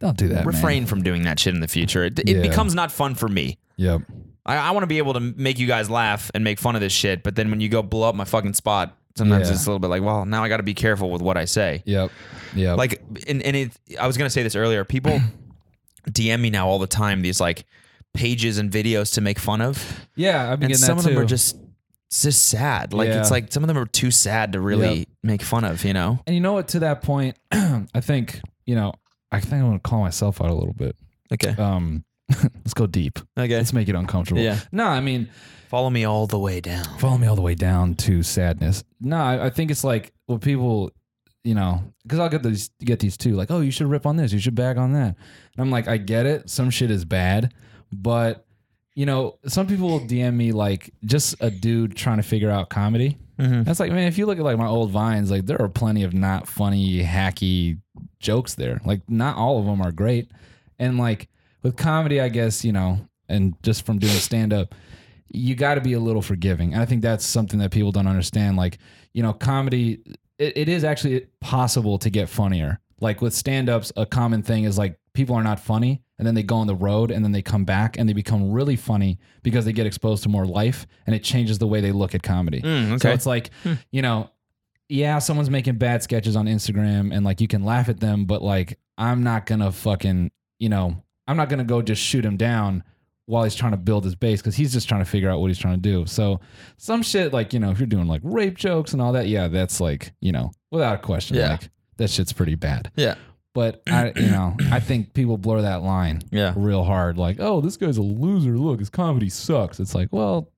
Speaker 1: Don't do that. man.
Speaker 2: refrain from doing that shit in the future. It, it
Speaker 1: Yeah.
Speaker 2: becomes not fun for me.
Speaker 1: Yep.
Speaker 2: I, I want to be able to make you guys laugh and make fun of this shit, but then when you go blow up my fucking spot, sometimes
Speaker 1: Yeah.
Speaker 2: it's a little bit like, well, now I got to be careful with what I say.
Speaker 1: Yep. Yep.
Speaker 2: Like, and, and it, I was gonna say this
Speaker 1: (clears throat)
Speaker 2: earlier. People DM me now all the time these like pages and videos to make fun of,
Speaker 1: yeah, I've been
Speaker 2: and
Speaker 1: getting
Speaker 2: some
Speaker 1: that
Speaker 2: of them
Speaker 1: too.
Speaker 2: are just it's just sad. Like
Speaker 1: Yeah.
Speaker 2: it's like some of them are too sad to really
Speaker 1: Yep.
Speaker 2: make fun of. You know?
Speaker 1: and you know what? To that point, (clears throat) I think you know. I think I'm gonna call myself out a little bit.
Speaker 2: Okay.
Speaker 1: Um, (laughs) let's go deep.
Speaker 2: Okay.
Speaker 1: Let's make it uncomfortable.
Speaker 2: Yeah.
Speaker 1: No, I mean,
Speaker 2: Follow me all the way down.
Speaker 1: follow me all the way down to sadness. No, I, I think it's like what people, you know, because I'll get these get these too. Like, oh, you should rip on this, you should bag on that, and I'm like, I get it. Some shit is bad, but you know, some people will DM me like just a dude trying to figure out comedy. That's like, man, if you look at like my old vines, like there are plenty of not funny, hacky jokes there. Like not all of them are great. And like with comedy, I guess, you know, and just from doing stand up, you got to be a little forgiving. And I think that's something that people don't understand. Like, you know, comedy, it, it is actually possible to get funnier. Like with stand ups, a common thing is like people are not funny and then they go on the road and then they come back and they become really funny because they get exposed to more life and it changes the way they look at comedy. So it's like, you know, yeah, someone's making bad sketches on Instagram and like you can laugh at them, but like I'm not gonna fucking, you know, I'm not gonna go just shoot him down while he's trying to build his base because he's just trying to figure out what he's trying to do. So some shit like, you know, if you're doing like rape jokes and all that, yeah, that's like, you know, without a question,
Speaker 2: Yeah.
Speaker 1: like that shit's pretty bad.
Speaker 2: Yeah.
Speaker 1: But I you know, I think people blur that line
Speaker 2: Yeah.
Speaker 1: (laughs) real hard. Like, oh, this guy's a loser. Look, his comedy sucks. It's like, well,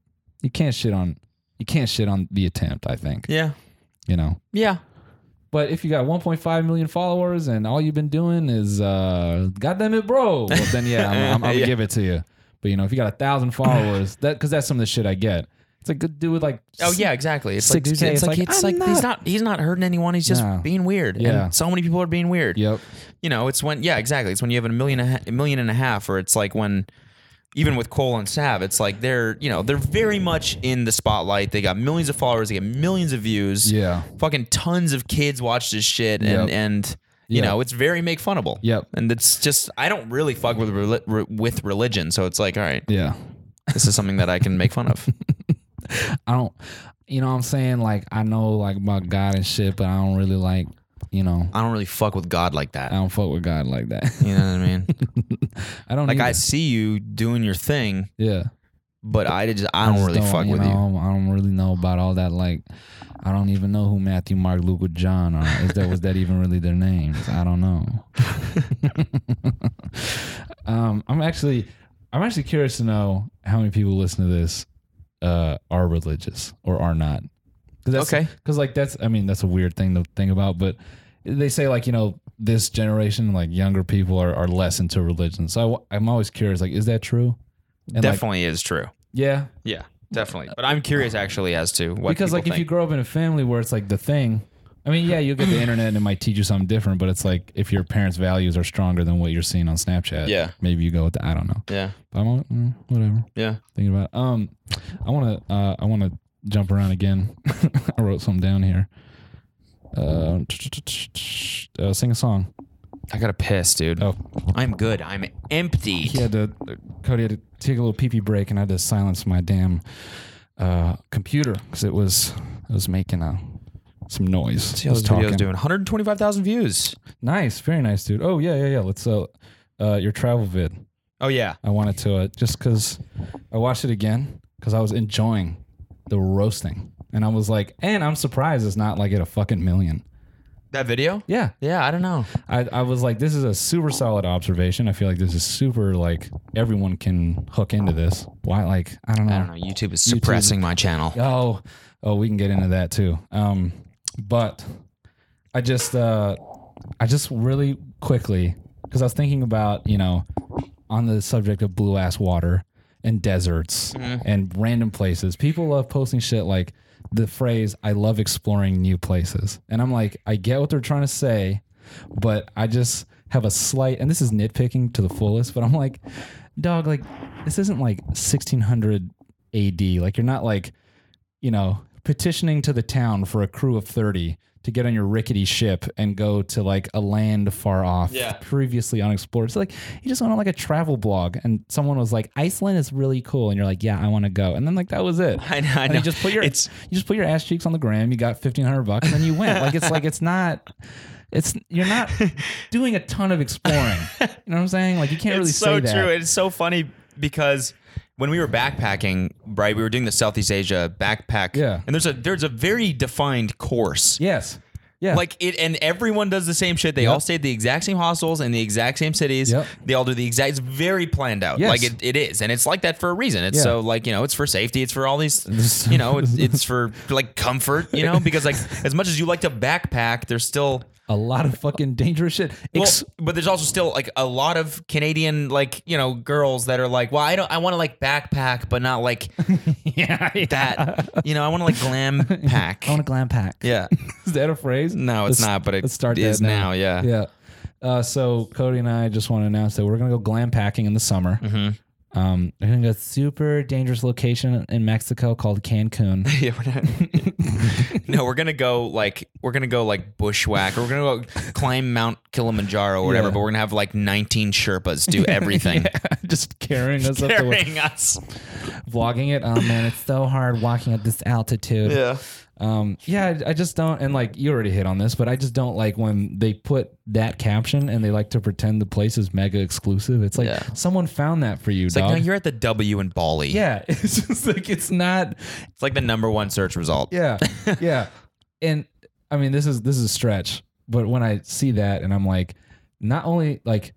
Speaker 1: you can't shit on you can't shit on the attempt. I think
Speaker 2: Yeah.
Speaker 1: you know.
Speaker 2: Yeah.
Speaker 1: But if you got 1.5 million followers and all you've been doing is, uh, goddamn it, bro, well, then yeah, I'm, I'm, I'm gonna
Speaker 2: (laughs) Yeah.
Speaker 1: give it to you. But you know, if you got a
Speaker 2: (laughs)
Speaker 1: thousand followers, that because that's some of the shit I get. It's like good dude with like,
Speaker 2: Oh yeah, exactly. It's like
Speaker 1: 6K,
Speaker 2: it's, like,
Speaker 1: it's
Speaker 2: it's like
Speaker 1: like,
Speaker 2: he's
Speaker 1: I'm
Speaker 2: not he's not hurting anyone. He's just
Speaker 1: No.
Speaker 2: being weird.
Speaker 1: Yeah.
Speaker 2: And so many people are being weird.
Speaker 1: yep,
Speaker 2: You know, it's when yeah, exactly. It's when you have a million and a ha- a million and a half, or it's like when even with Cole and Sav, it's like they're you know they're very much in the spotlight. They got millions of followers. They get millions of views.
Speaker 1: yeah,
Speaker 2: Fucking tons of kids watch this shit, and
Speaker 1: Yep.
Speaker 2: and. You
Speaker 1: Yep.
Speaker 2: know, it's very make funnable.
Speaker 1: Yep.
Speaker 2: and it's just I don't really fuck with reli- re- with religion, so it's like, all right,
Speaker 1: yeah.
Speaker 2: this is something that I can make
Speaker 1: (laughs)
Speaker 2: fun of.
Speaker 1: I don't, you know, what I'm saying like I know like about God and shit, but I don't really like, you know,
Speaker 2: I don't really fuck with God like that.
Speaker 1: I don't fuck with God like that. (laughs)
Speaker 2: You know what I mean?
Speaker 1: I don't
Speaker 2: like
Speaker 1: either.
Speaker 2: I see you doing your thing,
Speaker 1: yeah.
Speaker 2: but I just I don't
Speaker 1: just
Speaker 2: really fuck
Speaker 1: you
Speaker 2: with you.
Speaker 1: know, I don't really know about all that. Like, I don't even know who Matthew, Mark, Luke, or John are. Is that was that even really their names? I don't know. (laughs) um, I'm actually, I'm actually curious to know how many people listen to this uh, are religious or are not. Cause that's,
Speaker 2: Okay.
Speaker 1: Because like that's, I mean, that's a weird thing to think about, but they say like you know this generation, like younger people are, are less into religion. So I, w- I'm always curious, like, is that true? And like,
Speaker 2: Definitely is true.
Speaker 1: yeah,
Speaker 2: Yeah, definitely. But I'm curious actually as to what
Speaker 1: because like if you grow up in a family where it's like the thing i mean yeah you'll get
Speaker 2: (coughs)
Speaker 1: the internet and it might teach you something different but it's like if your parents values are stronger than what you're seeing on snapchat
Speaker 2: Yeah.
Speaker 1: maybe you go with the, i don't know
Speaker 2: you yeah
Speaker 1: but i'm all- mm, whatever
Speaker 2: yeah
Speaker 1: thinking about it. um i want to uh i want to jump around again (laughs) i wrote something down here uh, uh sing a song
Speaker 2: I got to piss, dude.
Speaker 1: oh
Speaker 2: I'm good. I'm empty.
Speaker 1: he had to cody had to take a little pee pee break and i had to silence my damn uh computer because it was it was making a some noise
Speaker 2: See
Speaker 1: It
Speaker 2: how
Speaker 1: was
Speaker 2: this video's
Speaker 1: talking.
Speaker 2: doing 125,000 views.
Speaker 1: Nice, very nice, dude. Oh yeah, yeah, yeah. Let's uh, uh your travel vid.
Speaker 2: Oh yeah.
Speaker 1: I wanted to uh, just because I watched it again because I was enjoying the roasting And I was like, and I'm surprised it's not like at a fucking million.
Speaker 2: That video?
Speaker 1: Yeah.
Speaker 2: Yeah, I don't know.
Speaker 1: I, I was like, this is a super solid observation. I feel like this is super like everyone can hook into this. Why like I don't know.
Speaker 2: I don't know. YouTube is suppressing my channel.
Speaker 1: Oh, oh, we can get into that too. Um, but I just, uh, I just really quickly because I was thinking about you know on the subject of blue ass water and deserts and random places. People love posting shit like the phrase "I love exploring new places," and I'm like, I get what they're trying to say, but I just have a slight, and this is nitpicking to the fullest, but I'm like, dog, like this isn't like 1600 AD. Like you're not like, you know, petitioning to the town for a crew of 30 to get on your rickety ship and go to like a land far off,
Speaker 2: Yeah.
Speaker 1: previously unexplored. It's like you just went on like a travel blog and someone was like, Iceland is really cool. And you're like, yeah, I want to go. And then like that was it.
Speaker 2: (laughs) (laughs) I know. I
Speaker 1: And
Speaker 2: know.
Speaker 1: you just put your
Speaker 2: It's
Speaker 1: you just put your ass cheeks on the gram. You got fifteen hundred bucks, and then you went. Like it's like it's not. It's you're not doing a ton of
Speaker 2: (laughs)
Speaker 1: exploring. You know what I'm saying? Like you can't really
Speaker 2: it's so
Speaker 1: say that.
Speaker 2: true. It's so funny because when we were backpacking, right, we were doing the Southeast Asia backpack.
Speaker 1: Yeah.
Speaker 2: And there's a there's a very defined course.
Speaker 1: Yes. Yeah.
Speaker 2: Like it, and everyone does the same shit. They all stay at the exact same hostels in the exact same cities.
Speaker 1: Yep.
Speaker 2: They all do the exact. It's very planned out.
Speaker 1: Yes.
Speaker 2: Like it, it is, and it's like that for a reason. It's
Speaker 1: Yeah.
Speaker 2: so like you know, it's for safety. It's for
Speaker 1: (laughs)
Speaker 2: all these, you know, it's, it's for like comfort. You know, because like as much as you like to backpack, there's still
Speaker 1: a lot of fucking dangerous shit.
Speaker 2: well,
Speaker 1: Ex- (laughs)
Speaker 2: but there's also still like a lot of Canadian like you know girls that are like, well, I don't, I want to like backpack, but not like
Speaker 1: yeah, yeah. (laughs)
Speaker 2: that. you know, I want to like glam pack.
Speaker 1: I want a glam pack.
Speaker 2: yeah. (laughs)
Speaker 1: Is that a phrase?
Speaker 2: No, it's not, but it
Speaker 1: let's start
Speaker 2: is
Speaker 1: that
Speaker 2: now, yeah.
Speaker 1: Yeah. Uh, so Cody and I just want to announce that we're gonna go glam packing in the summer.
Speaker 2: Mm-hmm.
Speaker 1: Um, we're gonna go to a super dangerous location in Mexico called Cancun. (laughs)
Speaker 2: (laughs) Yeah, we're not. (laughs) no, we're gonna go like we're gonna go like bushwhack. Or we're gonna go climb Mount Kilimanjaro or whatever.
Speaker 1: Yeah.
Speaker 2: But we're gonna have like 19
Speaker 1: (laughs)
Speaker 2: Sherpas do everything,
Speaker 1: just carrying us
Speaker 2: (laughs)
Speaker 1: up the way.
Speaker 2: carrying us.
Speaker 1: vlogging it. Oh man, it's so hard walking at this altitude.
Speaker 2: Yeah.
Speaker 1: Um, yeah, I, I just don't. And like you already hit on this, but I just don't like when they put that caption and they like to pretend the place is mega exclusive. It's like
Speaker 2: Yeah.
Speaker 1: someone found that for you,
Speaker 2: Like
Speaker 1: dog.
Speaker 2: no, you're at the W in
Speaker 1: (laughs)
Speaker 2: Bali.
Speaker 1: yeah, (laughs) it's just like it's not.
Speaker 2: It's like the number one search result. (laughs)
Speaker 1: Yeah, yeah. And I mean, this is this is a stretch, but when I see that and I'm like, not only like,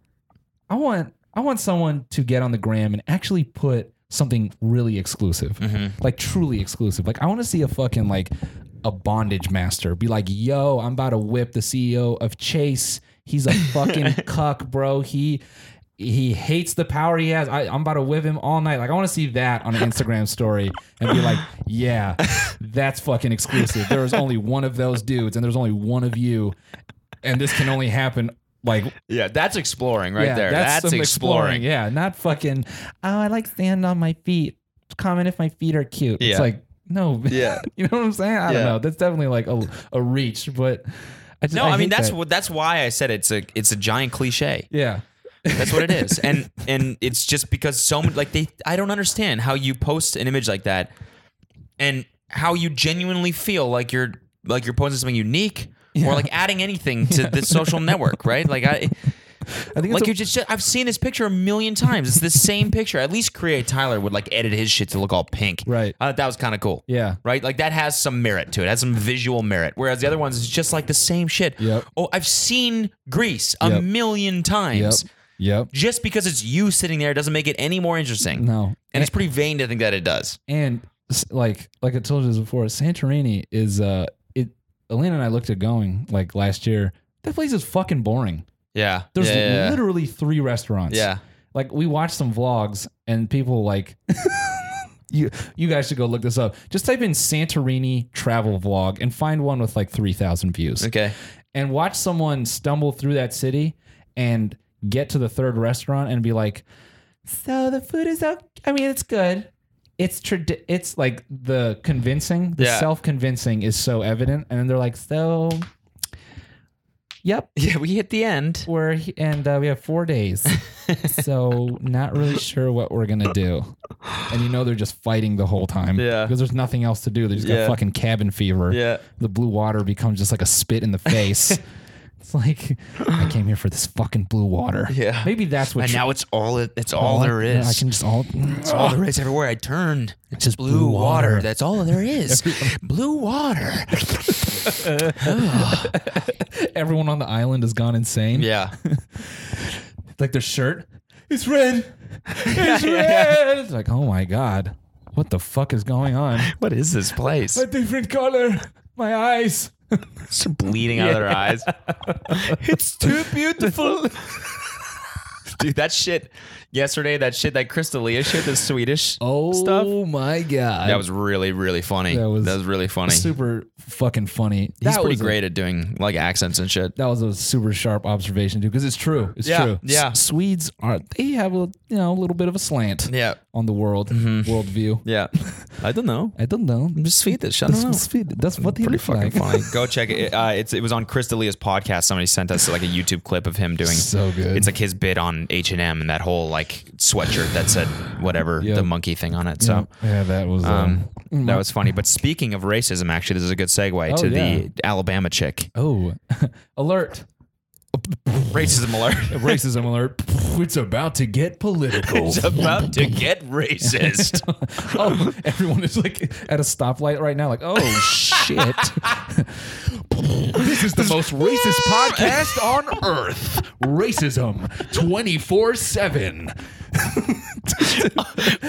Speaker 1: I want I want someone to get on the gram and actually put something really exclusive, like truly exclusive. Like I want to see a fucking like a bondage master be like, yo, I'm about to whip the CEO of Chase. He's a fucking cuck, bro. He he hates the power he has. I, I'm about to whip him all night. Like I want to see that on an Instagram story and be like, yeah, that's fucking exclusive. There is only one of those dudes, and there's only one of you, and this can only happen like
Speaker 2: Yeah, that's exploring right
Speaker 1: yeah,
Speaker 2: there. That's,
Speaker 1: some
Speaker 2: exploring.
Speaker 1: Yeah, not fucking. Oh, I like stand on my feet. Comment if my feet are cute. It's
Speaker 2: Yeah.
Speaker 1: like no. (laughs)
Speaker 2: Yeah.
Speaker 1: you know what I'm saying? I don't
Speaker 2: Yeah.
Speaker 1: know. That's definitely like a, a reach, but I just,
Speaker 2: No, I,
Speaker 1: hate
Speaker 2: mean that's
Speaker 1: that.
Speaker 2: what that's why I said it's a it's a giant cliche.
Speaker 1: yeah.
Speaker 2: That's what it is, and and it's just because so many like they I don't understand how you post an image like that, and how you genuinely feel like you're like you're posting something unique or like adding anything to this social network, right? Like I.
Speaker 1: I think it's
Speaker 2: Like
Speaker 1: a-
Speaker 2: you just, I've seen this picture a million times. It's the same picture. At least Create Tyler would like edit his shit to look all pink.
Speaker 1: Right.
Speaker 2: I thought that was kind of cool.
Speaker 1: Yeah.
Speaker 2: Right. Like that has some merit to it. it. Has some visual merit. Whereas the other ones is just like the same shit.
Speaker 1: Yep.
Speaker 2: Oh, I've seen Greece a
Speaker 1: Yep.
Speaker 2: million times.
Speaker 1: Yep. Yep.
Speaker 2: Just because it's you sitting there doesn't make it any more interesting.
Speaker 1: No.
Speaker 2: And it's pretty vain to think that it does.
Speaker 1: and s- like like I told you this before, Santorini is uh it. Elena and I looked at going like last year. That place is fucking boring.
Speaker 2: Yeah.
Speaker 1: There's
Speaker 2: yeah, yeah, yeah.
Speaker 1: literally three restaurants.
Speaker 2: Yeah.
Speaker 1: like we watched some vlogs and people (laughs) like you you guys should go look this up. Just type in Santorini travel vlog and find one with like three thousand views
Speaker 2: Okay.
Speaker 1: and watch someone stumble through that city and get to the third restaurant and be like, "So the food is okay. I mean, it's good. It's trad. It's like the convincing, the
Speaker 2: Yeah.
Speaker 1: self convincing is so evident." And then they're like, "So, yep,
Speaker 2: (laughs) Yeah. We hit the end.
Speaker 1: we're he- and uh, we have four
Speaker 2: (laughs)
Speaker 1: days, so not really sure what we're gonna do." And you know they're just fighting the whole time,
Speaker 2: Yeah.
Speaker 1: Because there's nothing else to do. They just
Speaker 2: Yeah.
Speaker 1: got fucking cabin fever,
Speaker 2: Yeah. (laughs)
Speaker 1: the blue water becomes just like a spit in the face. It's like I came here for this fucking blue water.
Speaker 2: Yeah.
Speaker 1: Maybe that's what.
Speaker 2: And
Speaker 1: tri-
Speaker 2: now it's all it, it's all there
Speaker 1: I- yeah,
Speaker 2: is.
Speaker 1: I can just all. (laughs)
Speaker 2: it's all there is everywhere I turned.
Speaker 1: It's just
Speaker 2: Blue water.
Speaker 1: water.
Speaker 2: That's all there
Speaker 1: (laughs)
Speaker 2: is. blue water.
Speaker 1: Everyone on the island has gone insane.
Speaker 2: (laughs) Yeah.
Speaker 1: Like their shirt. It's red. (laughs) It's red. It's like oh my god, what the fuck is going on?
Speaker 2: What is this place?
Speaker 1: A (laughs) different color. My eyes.
Speaker 2: It's bleeding out of their eyes.
Speaker 1: (laughs)
Speaker 2: it's too beautiful. (laughs) Dude, that shit yesterday, that shit, that Crystalia shit, the Swedish
Speaker 1: Oh
Speaker 2: stuff.
Speaker 1: my god.
Speaker 2: That was really, really funny.
Speaker 1: That
Speaker 2: That
Speaker 1: was
Speaker 2: was, really funny.
Speaker 1: super fucking funny. That
Speaker 2: He's pretty
Speaker 1: was a-
Speaker 2: great at doing like accents and shit.
Speaker 1: that was a super sharp observation too, because it's true. It's
Speaker 2: Yeah,
Speaker 1: true.
Speaker 2: yeah.
Speaker 1: S- Swedes are they have a you know a little bit of a slant
Speaker 2: Yeah. Mm-hmm.
Speaker 1: on the world worldview. (laughs)
Speaker 2: Yeah. I don't know.
Speaker 1: I don't know.
Speaker 2: I'm just Swedish. I don't
Speaker 1: That's,
Speaker 2: know.
Speaker 1: Sweden. That's what they
Speaker 2: Pretty
Speaker 1: look
Speaker 2: fucking
Speaker 1: like.
Speaker 2: funny. Go check it. Uh, it's, it was on Chris D'Elia's podcast. Somebody sent us like a YouTube clip of him doing.
Speaker 1: So good.
Speaker 2: It's like his bid on H and M and that whole like sweatshirt that said whatever
Speaker 1: Yeah.
Speaker 2: the monkey thing on it. So
Speaker 1: (laughs) yeah, that was um,
Speaker 2: Um, that was funny. But speaking of racism, actually, this is a good segue
Speaker 1: Oh,
Speaker 2: to
Speaker 1: yeah.
Speaker 2: the Alabama chick.
Speaker 1: oh (laughs) alert
Speaker 2: Racism (laughs) alert.
Speaker 1: racism alert. (laughs) It's about to get
Speaker 2: (laughs)
Speaker 1: political.
Speaker 2: It's about to get racist. (laughs)
Speaker 1: oh, everyone is like at a stoplight right now. Like oh
Speaker 2: (laughs)
Speaker 1: shit, this is the most racist podcast on earth. Racism twenty four seven.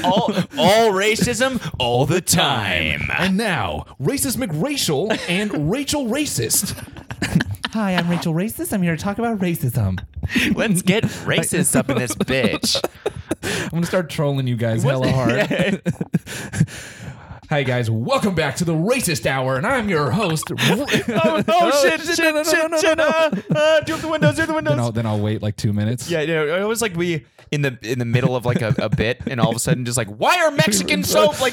Speaker 2: all, all racism, all the (laughs) time.
Speaker 1: And now, racist McRacial and Rachel racist.
Speaker 4: Hi, I'm Rachel Racist. I'm here to talk about racism.
Speaker 2: Let's get racist up in (laughs) this bitch.
Speaker 1: I'm gonna start trolling you guys hella hard. (laughs) Hi guys, welcome back to the Racist Hour, and I'm your (laughs) host. oh,
Speaker 2: (laughs) shit, shit, shit. uh, uh, Do the windows, do the windows.
Speaker 1: Then I'll, then I'll wait like two minutes.
Speaker 2: Yeah, you know, it was like we in the in the middle of like a, a bit, and all of a sudden, just like, why are (laughs) Mexicans so like?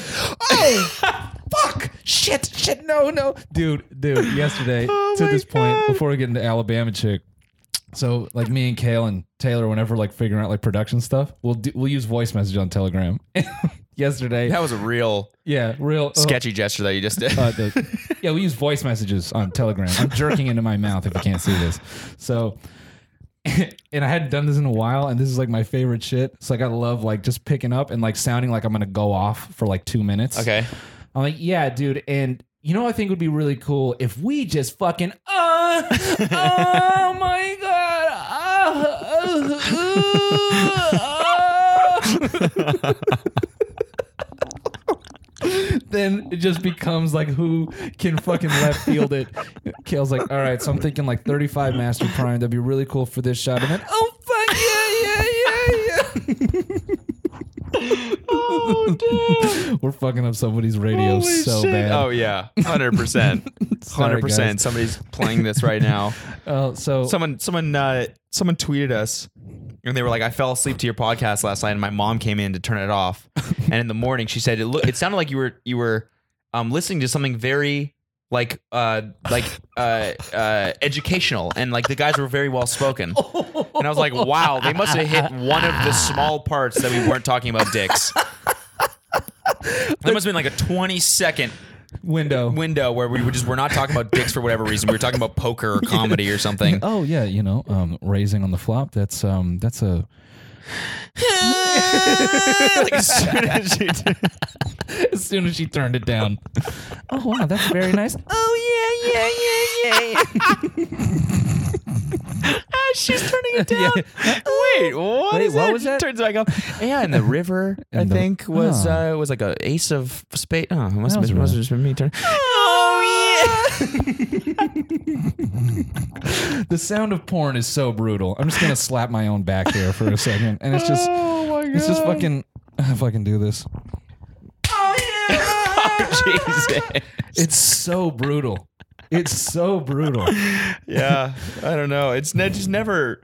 Speaker 1: Oh, fuck! Shit! Shit! No! No! Oh Dude, (laughs) dude. Yesterday, to
Speaker 2: my
Speaker 1: this point,
Speaker 2: God.
Speaker 1: before we get into Alabama chick, so like me and Kale and Taylor, whenever like figuring out like production stuff, we'll do, we'll use voice message on Telegram. (laughs) yesterday,
Speaker 2: That was a real
Speaker 1: yeah, real uh,
Speaker 2: sketchy gesture that you just did.
Speaker 1: uh, the, yeah, we use voice messages on Telegram. I'm jerking into my mouth if you can't see this. So, (laughs) and I hadn't done this in a while, and this is like my favorite shit. So, like, I love like just picking up and like sounding like I'm gonna go off for like two minutes.
Speaker 2: okay.
Speaker 1: I'm like, yeah, dude, and. You know, what I think would be really cool if we just fucking, uh, (laughs) oh my god, uh, uh, uh, uh." uh, (laughs) then it just becomes like who can fucking left field it. Kale's like, all right, so
Speaker 4: (laughs)
Speaker 1: I'm thinking like 35 Master Prime. That'd be really cool for this shot. And then, oh fuck yeah, yeah, yeah, yeah. (laughs) oh damn, (laughs) we're fucking up somebody's radio so bad.
Speaker 2: Oh yeah, hundred percent,
Speaker 1: (laughs) Sorry,
Speaker 2: hundred percent.
Speaker 1: guys.
Speaker 2: Somebody's playing this
Speaker 1: (laughs)
Speaker 2: right now.
Speaker 1: Uh,
Speaker 4: Oh.
Speaker 1: so
Speaker 2: Someone, someone, uh, someone tweeted us, and they were like, "I fell asleep to your podcast last night, and my mom came in to turn it off. and in the morning, she said it, look, it sounded like you were you were um, listening to something very." Like, uh, like, uh, uh, educational, and like the guys were very well spoken, and I was like, "Wow, they must have hit one of the small parts that we weren't talking about dicks." There must have been like a twenty-second
Speaker 1: window.
Speaker 2: window where we were just we're not talking about dicks for whatever reason. We were talking about poker or comedy or something.
Speaker 1: (laughs) Oh yeah, you know, um, raising on the flop. That's um, that's a
Speaker 2: (laughs) Like, as soon as you did-
Speaker 1: (laughs) as soon as she turned it down. oh wow, that's very
Speaker 4: (laughs)
Speaker 1: nice.
Speaker 4: Oh yeah, yeah, yeah,
Speaker 2: (laughs)
Speaker 4: yeah.
Speaker 2: Ah, She's turning it
Speaker 1: (laughs)
Speaker 2: down. (laughs) Wait,
Speaker 4: Oh.
Speaker 2: what
Speaker 1: Wait,
Speaker 2: is
Speaker 1: what
Speaker 2: that?
Speaker 1: was
Speaker 2: She
Speaker 1: that?
Speaker 2: Turns back
Speaker 1: (laughs)
Speaker 2: up. Yeah, and the river I
Speaker 1: And the-
Speaker 2: think was
Speaker 1: Oh.
Speaker 2: uh, was like a ace of spade. Oh, it must
Speaker 1: That
Speaker 2: have
Speaker 1: was right.
Speaker 2: been, must have just been me turning. (laughs) Oh yeah.
Speaker 1: (laughs) The sound of porn is so brutal. I'm just gonna slap my own back here for a second, and it's (laughs) just,
Speaker 2: (laughs)
Speaker 1: it's just fucking, (laughs) if I can do this,
Speaker 2: Oh,
Speaker 1: (laughs)
Speaker 2: Jesus.
Speaker 1: it's so brutal. It's so brutal.
Speaker 2: Yeah, I don't know. It's ne- just never.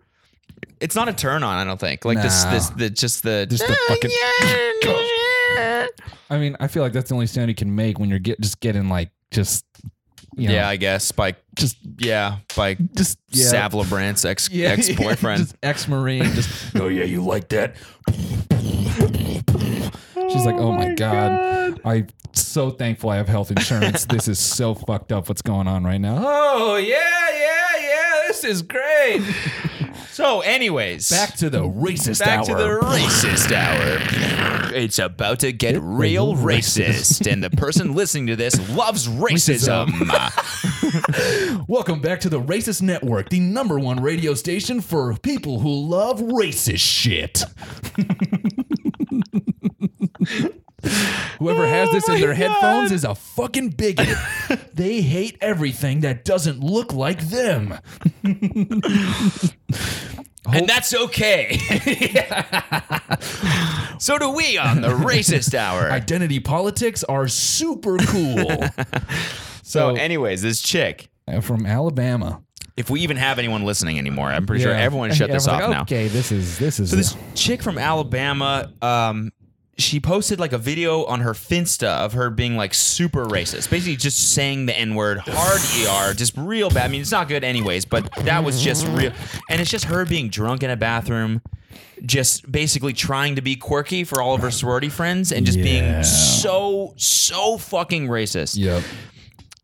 Speaker 2: It's not a turn on. I don't think. Like this,
Speaker 1: No.
Speaker 2: this, the just the Oh, just
Speaker 1: the fucking- (laughs)
Speaker 2: Yeah,
Speaker 1: I mean, I feel like that's the only sound you can make when you're get just getting like just, you know,
Speaker 2: yeah I guess by
Speaker 1: just
Speaker 2: yeah by
Speaker 1: just yeah.
Speaker 2: Savla Brandt's ex
Speaker 1: (laughs) Yeah,
Speaker 2: ex boyfriend.
Speaker 1: just ex-marine. Just (laughs) oh yeah, you like that? She's like, oh my god, I'm so thankful I have health insurance. this is so fucked up. What's going on right now? Oh yeah, yeah, yeah.
Speaker 2: This is great. So, anyways,
Speaker 1: Back to the racist
Speaker 2: back to
Speaker 1: hour.
Speaker 2: the racist hour. It's about to get real racist, and
Speaker 1: (laughs)
Speaker 2: the person listening to this loves racism.
Speaker 1: Welcome back to the Racist Network, the number one radio station for people who love racist shit. Whoever has
Speaker 2: Oh
Speaker 1: this in their headphones is a fucking bigot. they hate everything that doesn't look like them.
Speaker 2: and that's okay. (laughs) so do we on
Speaker 1: (laughs)
Speaker 2: the racist hour.
Speaker 1: Identity politics are super
Speaker 2: (laughs)
Speaker 1: cool.
Speaker 2: so, anyways, this chick.
Speaker 1: from Alabama.
Speaker 2: If we even have anyone listening anymore, I'm pretty sure
Speaker 1: Yeah.
Speaker 2: everyone shut this off
Speaker 1: Everyone's like,
Speaker 2: now.
Speaker 1: Okay, this is this is
Speaker 2: So (laughs) this chick from Alabama, um, she posted like a video on her Finsta of her being like super racist, basically just saying the N word, hard ER, just real bad. I mean, it's not good anyways, but that was just real, and it's just her being drunk in a bathroom. Just basically trying to be quirky for all of her sorority friends and just
Speaker 1: Yeah.
Speaker 2: being so, so fucking racist.
Speaker 1: yep.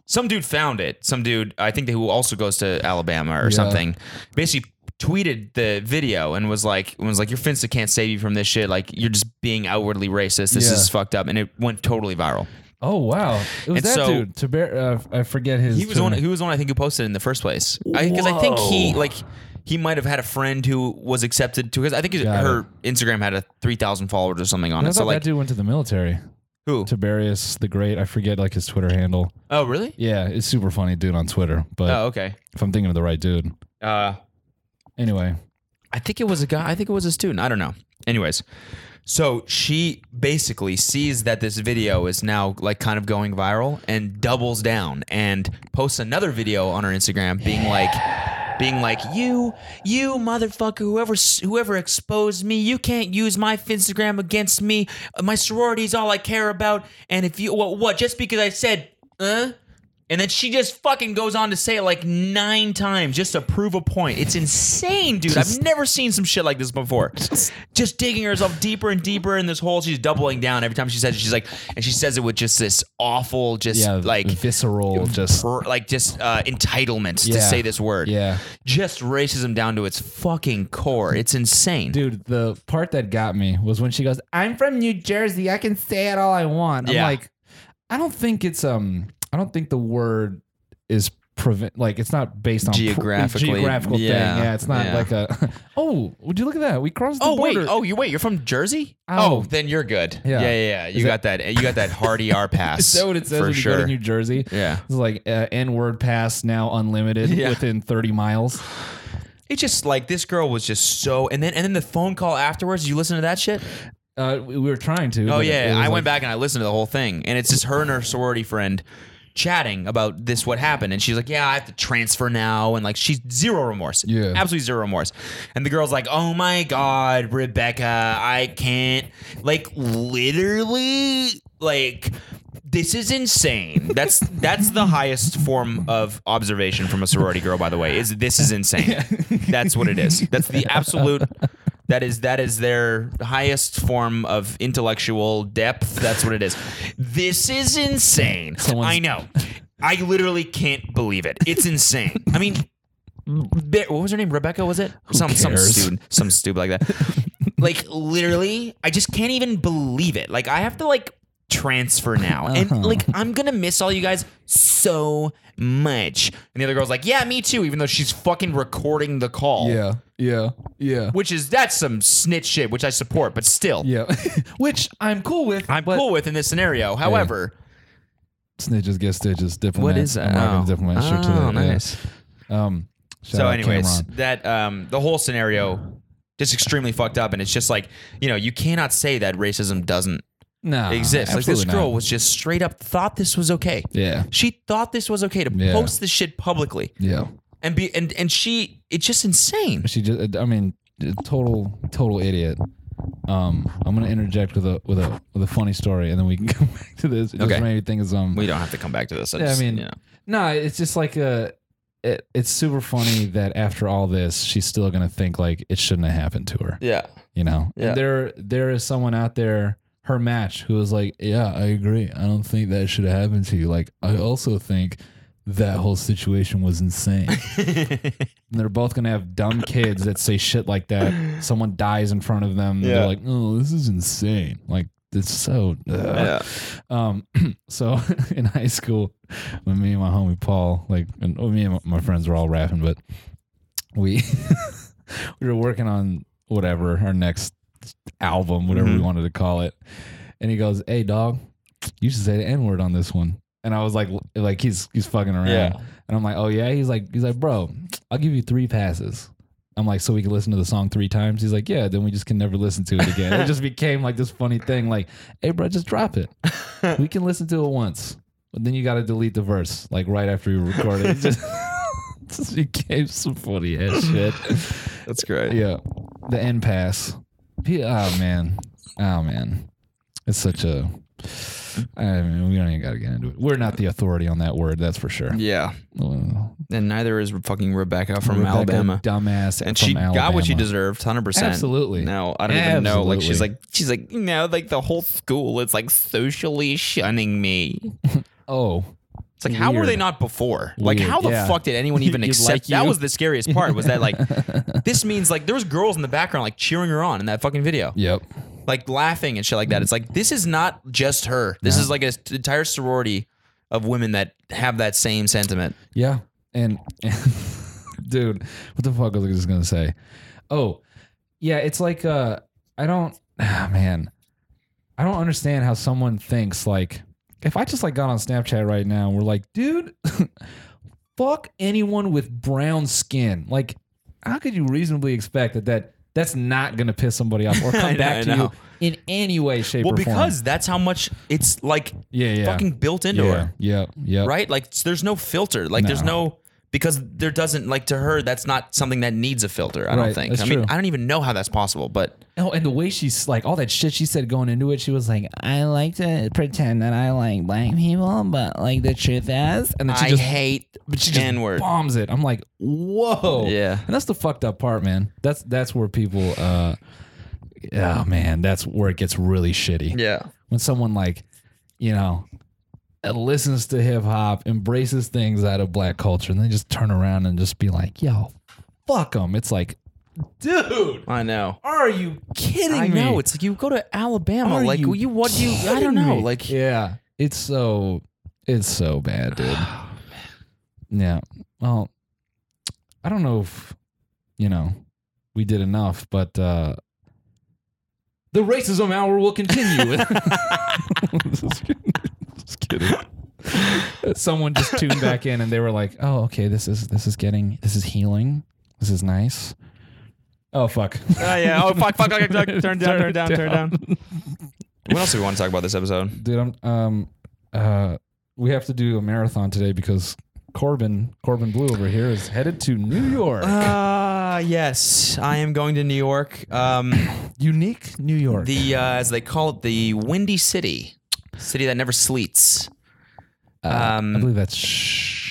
Speaker 2: Some dude found it. Some dude, I think, who also goes to Alabama or something, basically tweeted the video and was like, was like, your Finsta can't save you from this shit. Like, you're just being outwardly racist. This
Speaker 1: Yeah.
Speaker 2: is fucked up, and it went totally viral.
Speaker 1: Oh wow, it was
Speaker 2: And
Speaker 1: that
Speaker 2: so-
Speaker 1: dude. To bear, uh, I forget his.
Speaker 2: He was one. He was the one I think who posted it in the first place because I, think he
Speaker 1: Whoa.
Speaker 2: like. He might have had a friend who was accepted to because I think
Speaker 1: Got
Speaker 2: her Instagram had a three thousand followers or something on
Speaker 1: I
Speaker 2: it.
Speaker 1: thought
Speaker 2: So like,
Speaker 1: that dude went to the military.
Speaker 2: who?
Speaker 1: Tiberius the Great. I forget like his Twitter handle.
Speaker 2: Oh, really?
Speaker 1: Yeah, it's super funny dude on Twitter. But
Speaker 2: Oh, okay.
Speaker 1: if I'm thinking of the right dude,
Speaker 2: Uh,
Speaker 1: anyway,
Speaker 2: I think it was a guy. I think it was a student. I don't know. Anyways, so she basically sees that this video is now like kind of going viral and doubles down and posts another video on her Instagram being like being like you you motherfucker whoever s- whoever exposed me you can't use my Instagram against me my sorority is all I care about and if you what, what just because I said uh and then she just fucking goes on to say it like nine times just to prove a point. It's insane, dude. I've never seen some shit like this before. Just, digging herself deeper and deeper in this hole. She's doubling down every time she says it. She's like, and she says it with just this awful, just
Speaker 1: yeah,
Speaker 2: like,
Speaker 1: visceral, just
Speaker 2: per- like just uh, entitlement
Speaker 1: Yeah.
Speaker 2: to say this word.
Speaker 1: yeah,
Speaker 2: Just racism down to its fucking core. It's insane.
Speaker 1: dude. The part that got me was when she goes,
Speaker 4: I'm from New Jersey. I can say it all I want.
Speaker 2: Yeah.
Speaker 4: I'm
Speaker 1: like, I don't think it's um, I don't think the word is prevent like it's not based on pr-
Speaker 2: Geographically,
Speaker 1: geographical
Speaker 2: yeah,
Speaker 1: thing. Yeah, it's not
Speaker 2: yeah.
Speaker 1: like a. (laughs) oh, would you look at that? We crossed the
Speaker 2: Oh wait!
Speaker 1: border.
Speaker 2: Oh, you wait. You're from Jersey?
Speaker 1: Oh.
Speaker 2: Oh, then you're good.
Speaker 1: Yeah.
Speaker 2: Yeah, yeah, yeah. You got that. You got that hardy R
Speaker 1: (laughs)
Speaker 2: pass.
Speaker 1: Is that what it says
Speaker 2: for
Speaker 1: when you
Speaker 2: sure.
Speaker 1: go to New Jersey?
Speaker 2: Yeah.
Speaker 1: It's like uh, N word pass now unlimited
Speaker 2: Yeah.
Speaker 1: within 30 miles.
Speaker 2: It just like this girl was just so, and then and then the phone call afterwards. Did you listen to that shit?
Speaker 1: Uh, we we were trying to.
Speaker 2: Oh yeah, I went back and I listened to the whole thing, and it's just her and her sorority friend chatting about this what happened, and she's like, "Yeah, I have to transfer now," and like she's zero remorse,
Speaker 1: Yeah.
Speaker 2: absolutely zero remorse. And the girl's like, "Oh my god, Rebecca, I can't like literally like." This is insane. That's that's the highest form of observation from a sorority girl, by the way. Is this is insane.
Speaker 1: (laughs)
Speaker 2: That's what it is. That's the absolute. That is that is their highest form of intellectual depth. That's what it is. This is insane.
Speaker 1: Someone's-
Speaker 2: I know. I literally can't believe it. It's insane. I mean, Be- what was her name? Rebecca was it? some some
Speaker 1: cares?
Speaker 2: student, some stupid
Speaker 1: (laughs)
Speaker 2: like that. like literally, I just can't even believe it. Like I have to like transfer now,
Speaker 1: Uh-huh.
Speaker 2: and like I'm gonna miss all you guys so much. And the other girl's like, yeah, me too. Even though she's fucking recording the call.
Speaker 1: Yeah, yeah, yeah.
Speaker 2: Which is that's some snitch shit, which I support, but still,
Speaker 1: Yeah. (laughs) Which I'm cool with.
Speaker 2: I'm
Speaker 1: but
Speaker 2: cool with in this scenario. However,
Speaker 1: Snitches get stitches. Diplomats.
Speaker 2: what is
Speaker 1: uh, I'm
Speaker 2: that?
Speaker 1: not
Speaker 2: Oh.
Speaker 1: going to diplomat shit to
Speaker 2: Oh,
Speaker 1: that. yeah.
Speaker 2: nice.
Speaker 1: Um, shout
Speaker 2: So,
Speaker 1: out
Speaker 2: anyways,
Speaker 1: Cameron.
Speaker 2: that um, the whole scenario just extremely fucked up, and it's just like you know you cannot say that racism doesn't
Speaker 1: Nah,
Speaker 2: exist. Like this
Speaker 1: Ah, absolutely
Speaker 2: girl
Speaker 1: not.
Speaker 2: was just straight up thought this was okay.
Speaker 1: Yeah.
Speaker 2: she thought this was okay to
Speaker 1: Yeah.
Speaker 2: post this shit publicly
Speaker 1: Yeah.
Speaker 2: and be and and she it's just
Speaker 1: (laughs)
Speaker 2: insane.
Speaker 1: She just, I mean, uh, total, total idiot. Um, I'm gonna interject with a with a with a funny story, and then we can (laughs) come back to this. It
Speaker 2: Okay.
Speaker 1: Just made me think of some.
Speaker 2: We don't have to come back to this. I,
Speaker 1: Yeah, I
Speaker 2: just,
Speaker 1: mean-
Speaker 2: you know.
Speaker 1: No, it's just like uh It, it's super funny that after all this, she's still gonna think like it shouldn't have happened to her.
Speaker 2: yeah,
Speaker 1: You know,
Speaker 2: Yeah.
Speaker 1: and there there is someone out there, her match, who is like, yeah, I agree. I don't think that should have happened to you. Like, I also think that whole situation was
Speaker 2: (laughs)
Speaker 1: insane. and they're both gonna have dumb kids that say shit like that. Someone dies in front of them. and
Speaker 2: Yeah.
Speaker 1: They're like, oh, this is insane. Like it's so. ugh. Um, (clears throat) so (laughs) in high school, when me and my homie Paul, like, and well, me and my friends were all rapping, but we (laughs) we were working on whatever our next album, whatever we
Speaker 2: Mhm.
Speaker 1: wanted to call it. And he goes, "Hey, dog, you should say the N word on this one." And I was like, like he's he's fucking around.
Speaker 2: Yeah.
Speaker 1: And I'm like, oh yeah. He's like, he's like, bro, I'll give you three passes. I'm like, so we can listen to the song three times. He's like, yeah. Then we just can never listen to it again. it just became like this funny thing. Like, hey, bro, just drop it. we can listen to it once, but then you got to delete the verse like right after you record it. It just, (laughs) just became some funny ass shit.
Speaker 2: That's great.
Speaker 1: Yeah, the end pass. P- Oh man, oh man, it's such a. I mean, we don't even got to get into it. We're not the authority on that word, that's for sure.
Speaker 2: Yeah.
Speaker 1: Well,
Speaker 2: And neither is fucking Rebecca from
Speaker 1: Rebecca,
Speaker 2: Alabama.
Speaker 1: dumbass,
Speaker 2: And
Speaker 1: from
Speaker 2: she got what she
Speaker 1: Alabama.
Speaker 2: deserved, hundred percent.
Speaker 1: Absolutely.
Speaker 2: No, I don't even know. Like she's
Speaker 1: Absolutely.
Speaker 2: like she's like you know like the whole school is like socially shunning me.
Speaker 1: Oh,
Speaker 2: It's like how were they
Speaker 1: Weird.
Speaker 2: not before? Like
Speaker 1: Weird,
Speaker 2: how the
Speaker 1: yeah.
Speaker 2: fuck
Speaker 1: (laughs)
Speaker 2: did anyone even
Speaker 1: You
Speaker 2: accept?
Speaker 1: like
Speaker 2: that
Speaker 1: you?
Speaker 2: was the scariest part. Was that like this means like there was girls in the background like cheering her on in that fucking video,
Speaker 1: (laughs) yep.
Speaker 2: like laughing and shit like that. It's like this is not just her. This is like an entire sorority of women that have that same sentiment.
Speaker 1: Yeah. And, (laughs) dude, what the fuck was I just gonna say? Oh, yeah, it's like uh I don't (sighs) ah, man. I don't understand how someone thinks like if I just like got on Snapchat right now and we're like, dude, (laughs) fuck anyone with brown skin. Like, how could you reasonably expect that that that's not gonna piss somebody
Speaker 2: (laughs)
Speaker 1: off or
Speaker 2: I
Speaker 1: come
Speaker 2: know, I
Speaker 1: back to
Speaker 2: know.
Speaker 1: you in any way, shape,
Speaker 2: Well,
Speaker 1: or form?
Speaker 2: because that's how much it's like
Speaker 1: yeah, yeah,
Speaker 2: fucking built into
Speaker 1: yeah,
Speaker 2: her.
Speaker 1: yeah, yeah,
Speaker 2: right? Like s- there's no filter. Like there's no because there doesn't like to her that's not something that needs a filter. I
Speaker 1: Right,
Speaker 2: don't think.
Speaker 1: that's
Speaker 2: I mean,
Speaker 1: true.
Speaker 2: I don't even know how that's possible, but
Speaker 1: Oh, and the way she's like all that shit she said going into it, she was like,
Speaker 4: I like to pretend that I like black people, but like the truth is,
Speaker 1: and then she
Speaker 2: I
Speaker 1: just
Speaker 2: hate N word.
Speaker 1: bombs it. I'm like, whoa.
Speaker 2: Yeah.
Speaker 1: And that's the fucked up part, man. That's that's where people uh oh man, that's where it gets really shitty.
Speaker 2: Yeah.
Speaker 1: When someone like, you know, uh, listens to hip hop, embraces things out of black culture, and then just turn around and just be like, yo, fuck them. It's like, dude,
Speaker 2: I know.
Speaker 1: are you kidding
Speaker 2: I
Speaker 1: me?
Speaker 2: know. It's like you go to Alabama.
Speaker 1: Are
Speaker 2: like
Speaker 1: you
Speaker 2: you, what do you? I don't
Speaker 1: kidding
Speaker 2: know.
Speaker 1: me? (laughs)
Speaker 2: Like
Speaker 1: yeah, it's so it's so bad, dude. yeah. Well, I don't know if you know we did enough, but uh the racism hour will continue. (laughs) just kidding. Just kidding. Someone just tuned back in and they were like, "Oh, okay, this is this is getting this is healing. This is nice." Oh fuck.
Speaker 2: yeah. Oh fuck! Fuck! Fuck!
Speaker 1: fuck. Turn down, turn down, turn down.
Speaker 2: what else do we want to talk about this episode?
Speaker 1: dude i'm um uh we have to do a marathon today because corbin corbin blue over here is headed to new york
Speaker 2: Uh yes, I am going to New York. Um,
Speaker 1: unique new york
Speaker 2: the uh, as they call it, the Windy City, city that never sleeps.
Speaker 1: Uh, i
Speaker 2: Um,
Speaker 1: believe that's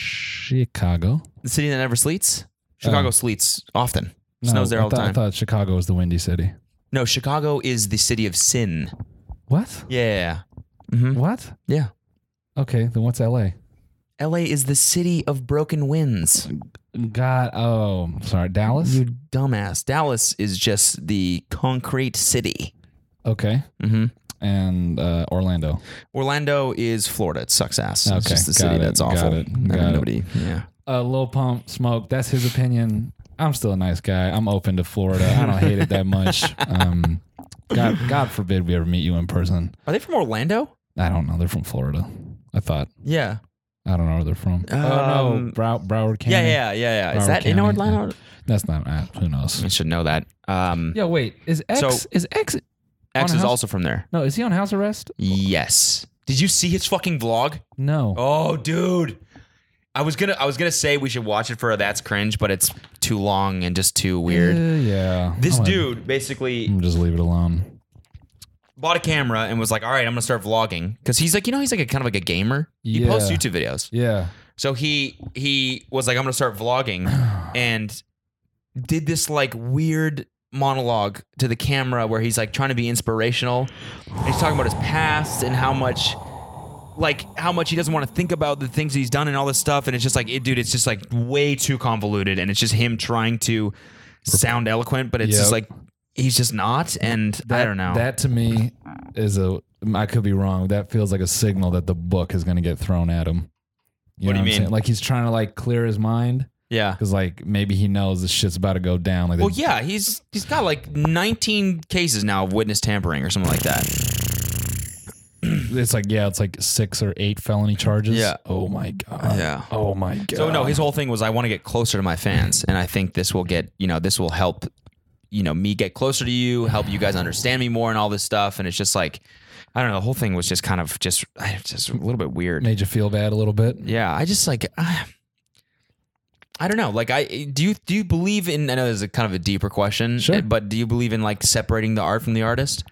Speaker 1: chicago
Speaker 2: the city that never sleets. Chicago
Speaker 1: Oh.
Speaker 2: sleets often. Snows there
Speaker 1: I
Speaker 2: all the
Speaker 1: thought-
Speaker 2: time.
Speaker 1: i thought chicago was the windy city
Speaker 2: No, Chicago is the city of sin.
Speaker 1: what
Speaker 2: Yeah. hmm
Speaker 1: what
Speaker 2: Yeah.
Speaker 1: okay then what's la
Speaker 2: LA is the city of broken winds.
Speaker 1: god oh sorry dallas
Speaker 2: You dumbass. Dallas is just the concrete city.
Speaker 1: okay
Speaker 2: Mm-hmm.
Speaker 1: and uh orlando
Speaker 2: Orlando is Florida. It sucks ass.
Speaker 1: Okay,
Speaker 2: It's just the
Speaker 1: got
Speaker 2: city
Speaker 1: it,
Speaker 2: that's
Speaker 1: got
Speaker 2: awful.
Speaker 1: it,
Speaker 2: And
Speaker 1: got it.
Speaker 2: Nobody. Yeah.
Speaker 1: uh lil pump smoke that's his opinion i'm still a nice guy i'm open to florida i don't hate it that much um god god forbid we ever meet you in person
Speaker 2: Are they from Orlando?
Speaker 1: I don't know. They're from Florida. I thought.
Speaker 2: Yeah.
Speaker 1: I don't know where they're from. oh
Speaker 2: Um,
Speaker 1: no, Brow- Broward County.
Speaker 2: Yeah, yeah, yeah, yeah. Is
Speaker 1: Broward
Speaker 2: that in
Speaker 1: County,
Speaker 2: Orlando?
Speaker 1: That's not. Uh, who knows?
Speaker 2: I should know that. Um,
Speaker 1: Yeah. Wait. Is X?
Speaker 2: So-
Speaker 1: is X?
Speaker 2: X
Speaker 1: On
Speaker 2: is
Speaker 1: house-
Speaker 2: also from there.
Speaker 1: No. Is he on house arrest?
Speaker 2: Yes. Did you see his fucking vlog?
Speaker 1: No.
Speaker 2: Oh, dude. I was gonna I was gonna say we should watch it for a that's cringe, but it's too long and just too
Speaker 1: Uh,
Speaker 2: weird.
Speaker 1: yeah. Mm.
Speaker 2: This
Speaker 1: I'm gonna-
Speaker 2: dude basically
Speaker 1: I'm just leave it alone.
Speaker 2: bought a camera and was like, "All right, I'm gonna start vlogging," because he's like, you know, he's like a kind of like a gamer. He
Speaker 1: Yeah.
Speaker 2: posts YouTube videos,
Speaker 1: (clears throat) Yeah.
Speaker 2: so he he was like, "I'm gonna start vlogging," and did this like weird monologue to the camera where he's like trying to be inspirational. And he's talking about his past and how much like how much he doesn't want to think about the things he's done and all this stuff. And it's just like, it, dude, it's just like way too convoluted. And it's just him trying to sound eloquent, but it's
Speaker 1: Yep.
Speaker 2: just like he's just not. And I don't know.
Speaker 1: That to me is a. I could be wrong. That feels like a signal that the book is going to get thrown at him. You
Speaker 2: What do you
Speaker 1: I'm
Speaker 2: mean?
Speaker 1: saying? Like he's trying to like clear his mind
Speaker 2: yeah.
Speaker 1: because like maybe he knows this shit's about to go down. Like
Speaker 2: Well, yeah, he's he's got like 19 cases now of witness tampering or something like that.
Speaker 1: it's like yeah, it's like six or eight felony charges.
Speaker 2: Yeah.
Speaker 1: Oh my god.
Speaker 2: Yeah.
Speaker 1: Oh my god.
Speaker 2: So no, his whole thing was I want to get closer to my fans, and I think this will get you know this will help you know me get closer to you, help you guys understand me more, and all this stuff. And it's just like I don't know, the whole thing was just kind of just I- just a little bit weird.
Speaker 1: made you feel bad a little bit.
Speaker 2: Yeah, I just like I, I don't know. Like I do you do you believe in? I know this is a kind of a deeper question,
Speaker 1: Sure.
Speaker 2: but do you believe in like separating the art from the artist?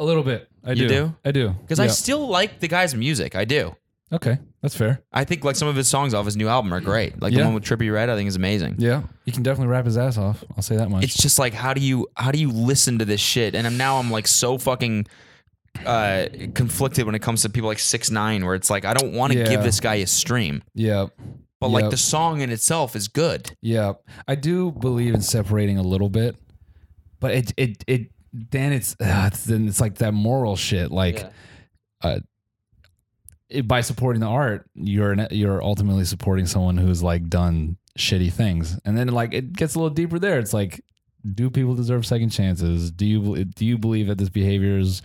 Speaker 1: A little bit. I
Speaker 2: You
Speaker 1: do.
Speaker 2: do?
Speaker 1: I do.
Speaker 2: Because I
Speaker 1: Yeah.
Speaker 2: still like the guy's music. I do.
Speaker 1: okay, that's fair.
Speaker 2: I think like some of his songs off his new album are great. Like the
Speaker 1: Yeah.
Speaker 2: one with Trippy Red, I think is amazing.
Speaker 1: Yeah, you can definitely rap his ass off. I'll say that much.
Speaker 2: It's just like how do you how do you listen to this shit? And I'm now I'm like so fucking uh conflicted when it comes to people like six nine where it's like I don't want to
Speaker 1: Yeah.
Speaker 2: give this guy a stream.
Speaker 1: yeah.
Speaker 2: But like
Speaker 1: Yep.
Speaker 2: the song in itself is good.
Speaker 1: Yeah, I do believe in separating a little bit, but it it it then it's (sighs) uh, then it's like that moral shit. Like, uh, it, by supporting the art, you're an, you're ultimately supporting someone who's like done shitty things, and then like it gets a little deeper there. It's like, do people deserve second chances? Do you bel- do you believe that this behavior is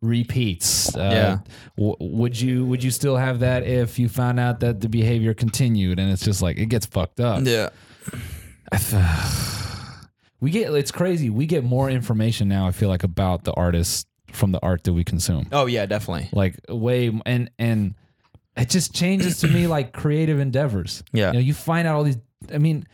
Speaker 1: repeats? Uh,
Speaker 2: Yeah.
Speaker 1: w- would you would you still have that if you found out that the behavior continued? And it's just like it gets fucked up
Speaker 2: Yeah.
Speaker 1: we get it's crazy. We get more information now. I feel like about the artists from the art that we consume,
Speaker 2: Oh yeah, definitely.
Speaker 1: like way and and it just changes to me like creative endeavors.
Speaker 2: Yeah.
Speaker 1: you, know, you find out all these. I mean,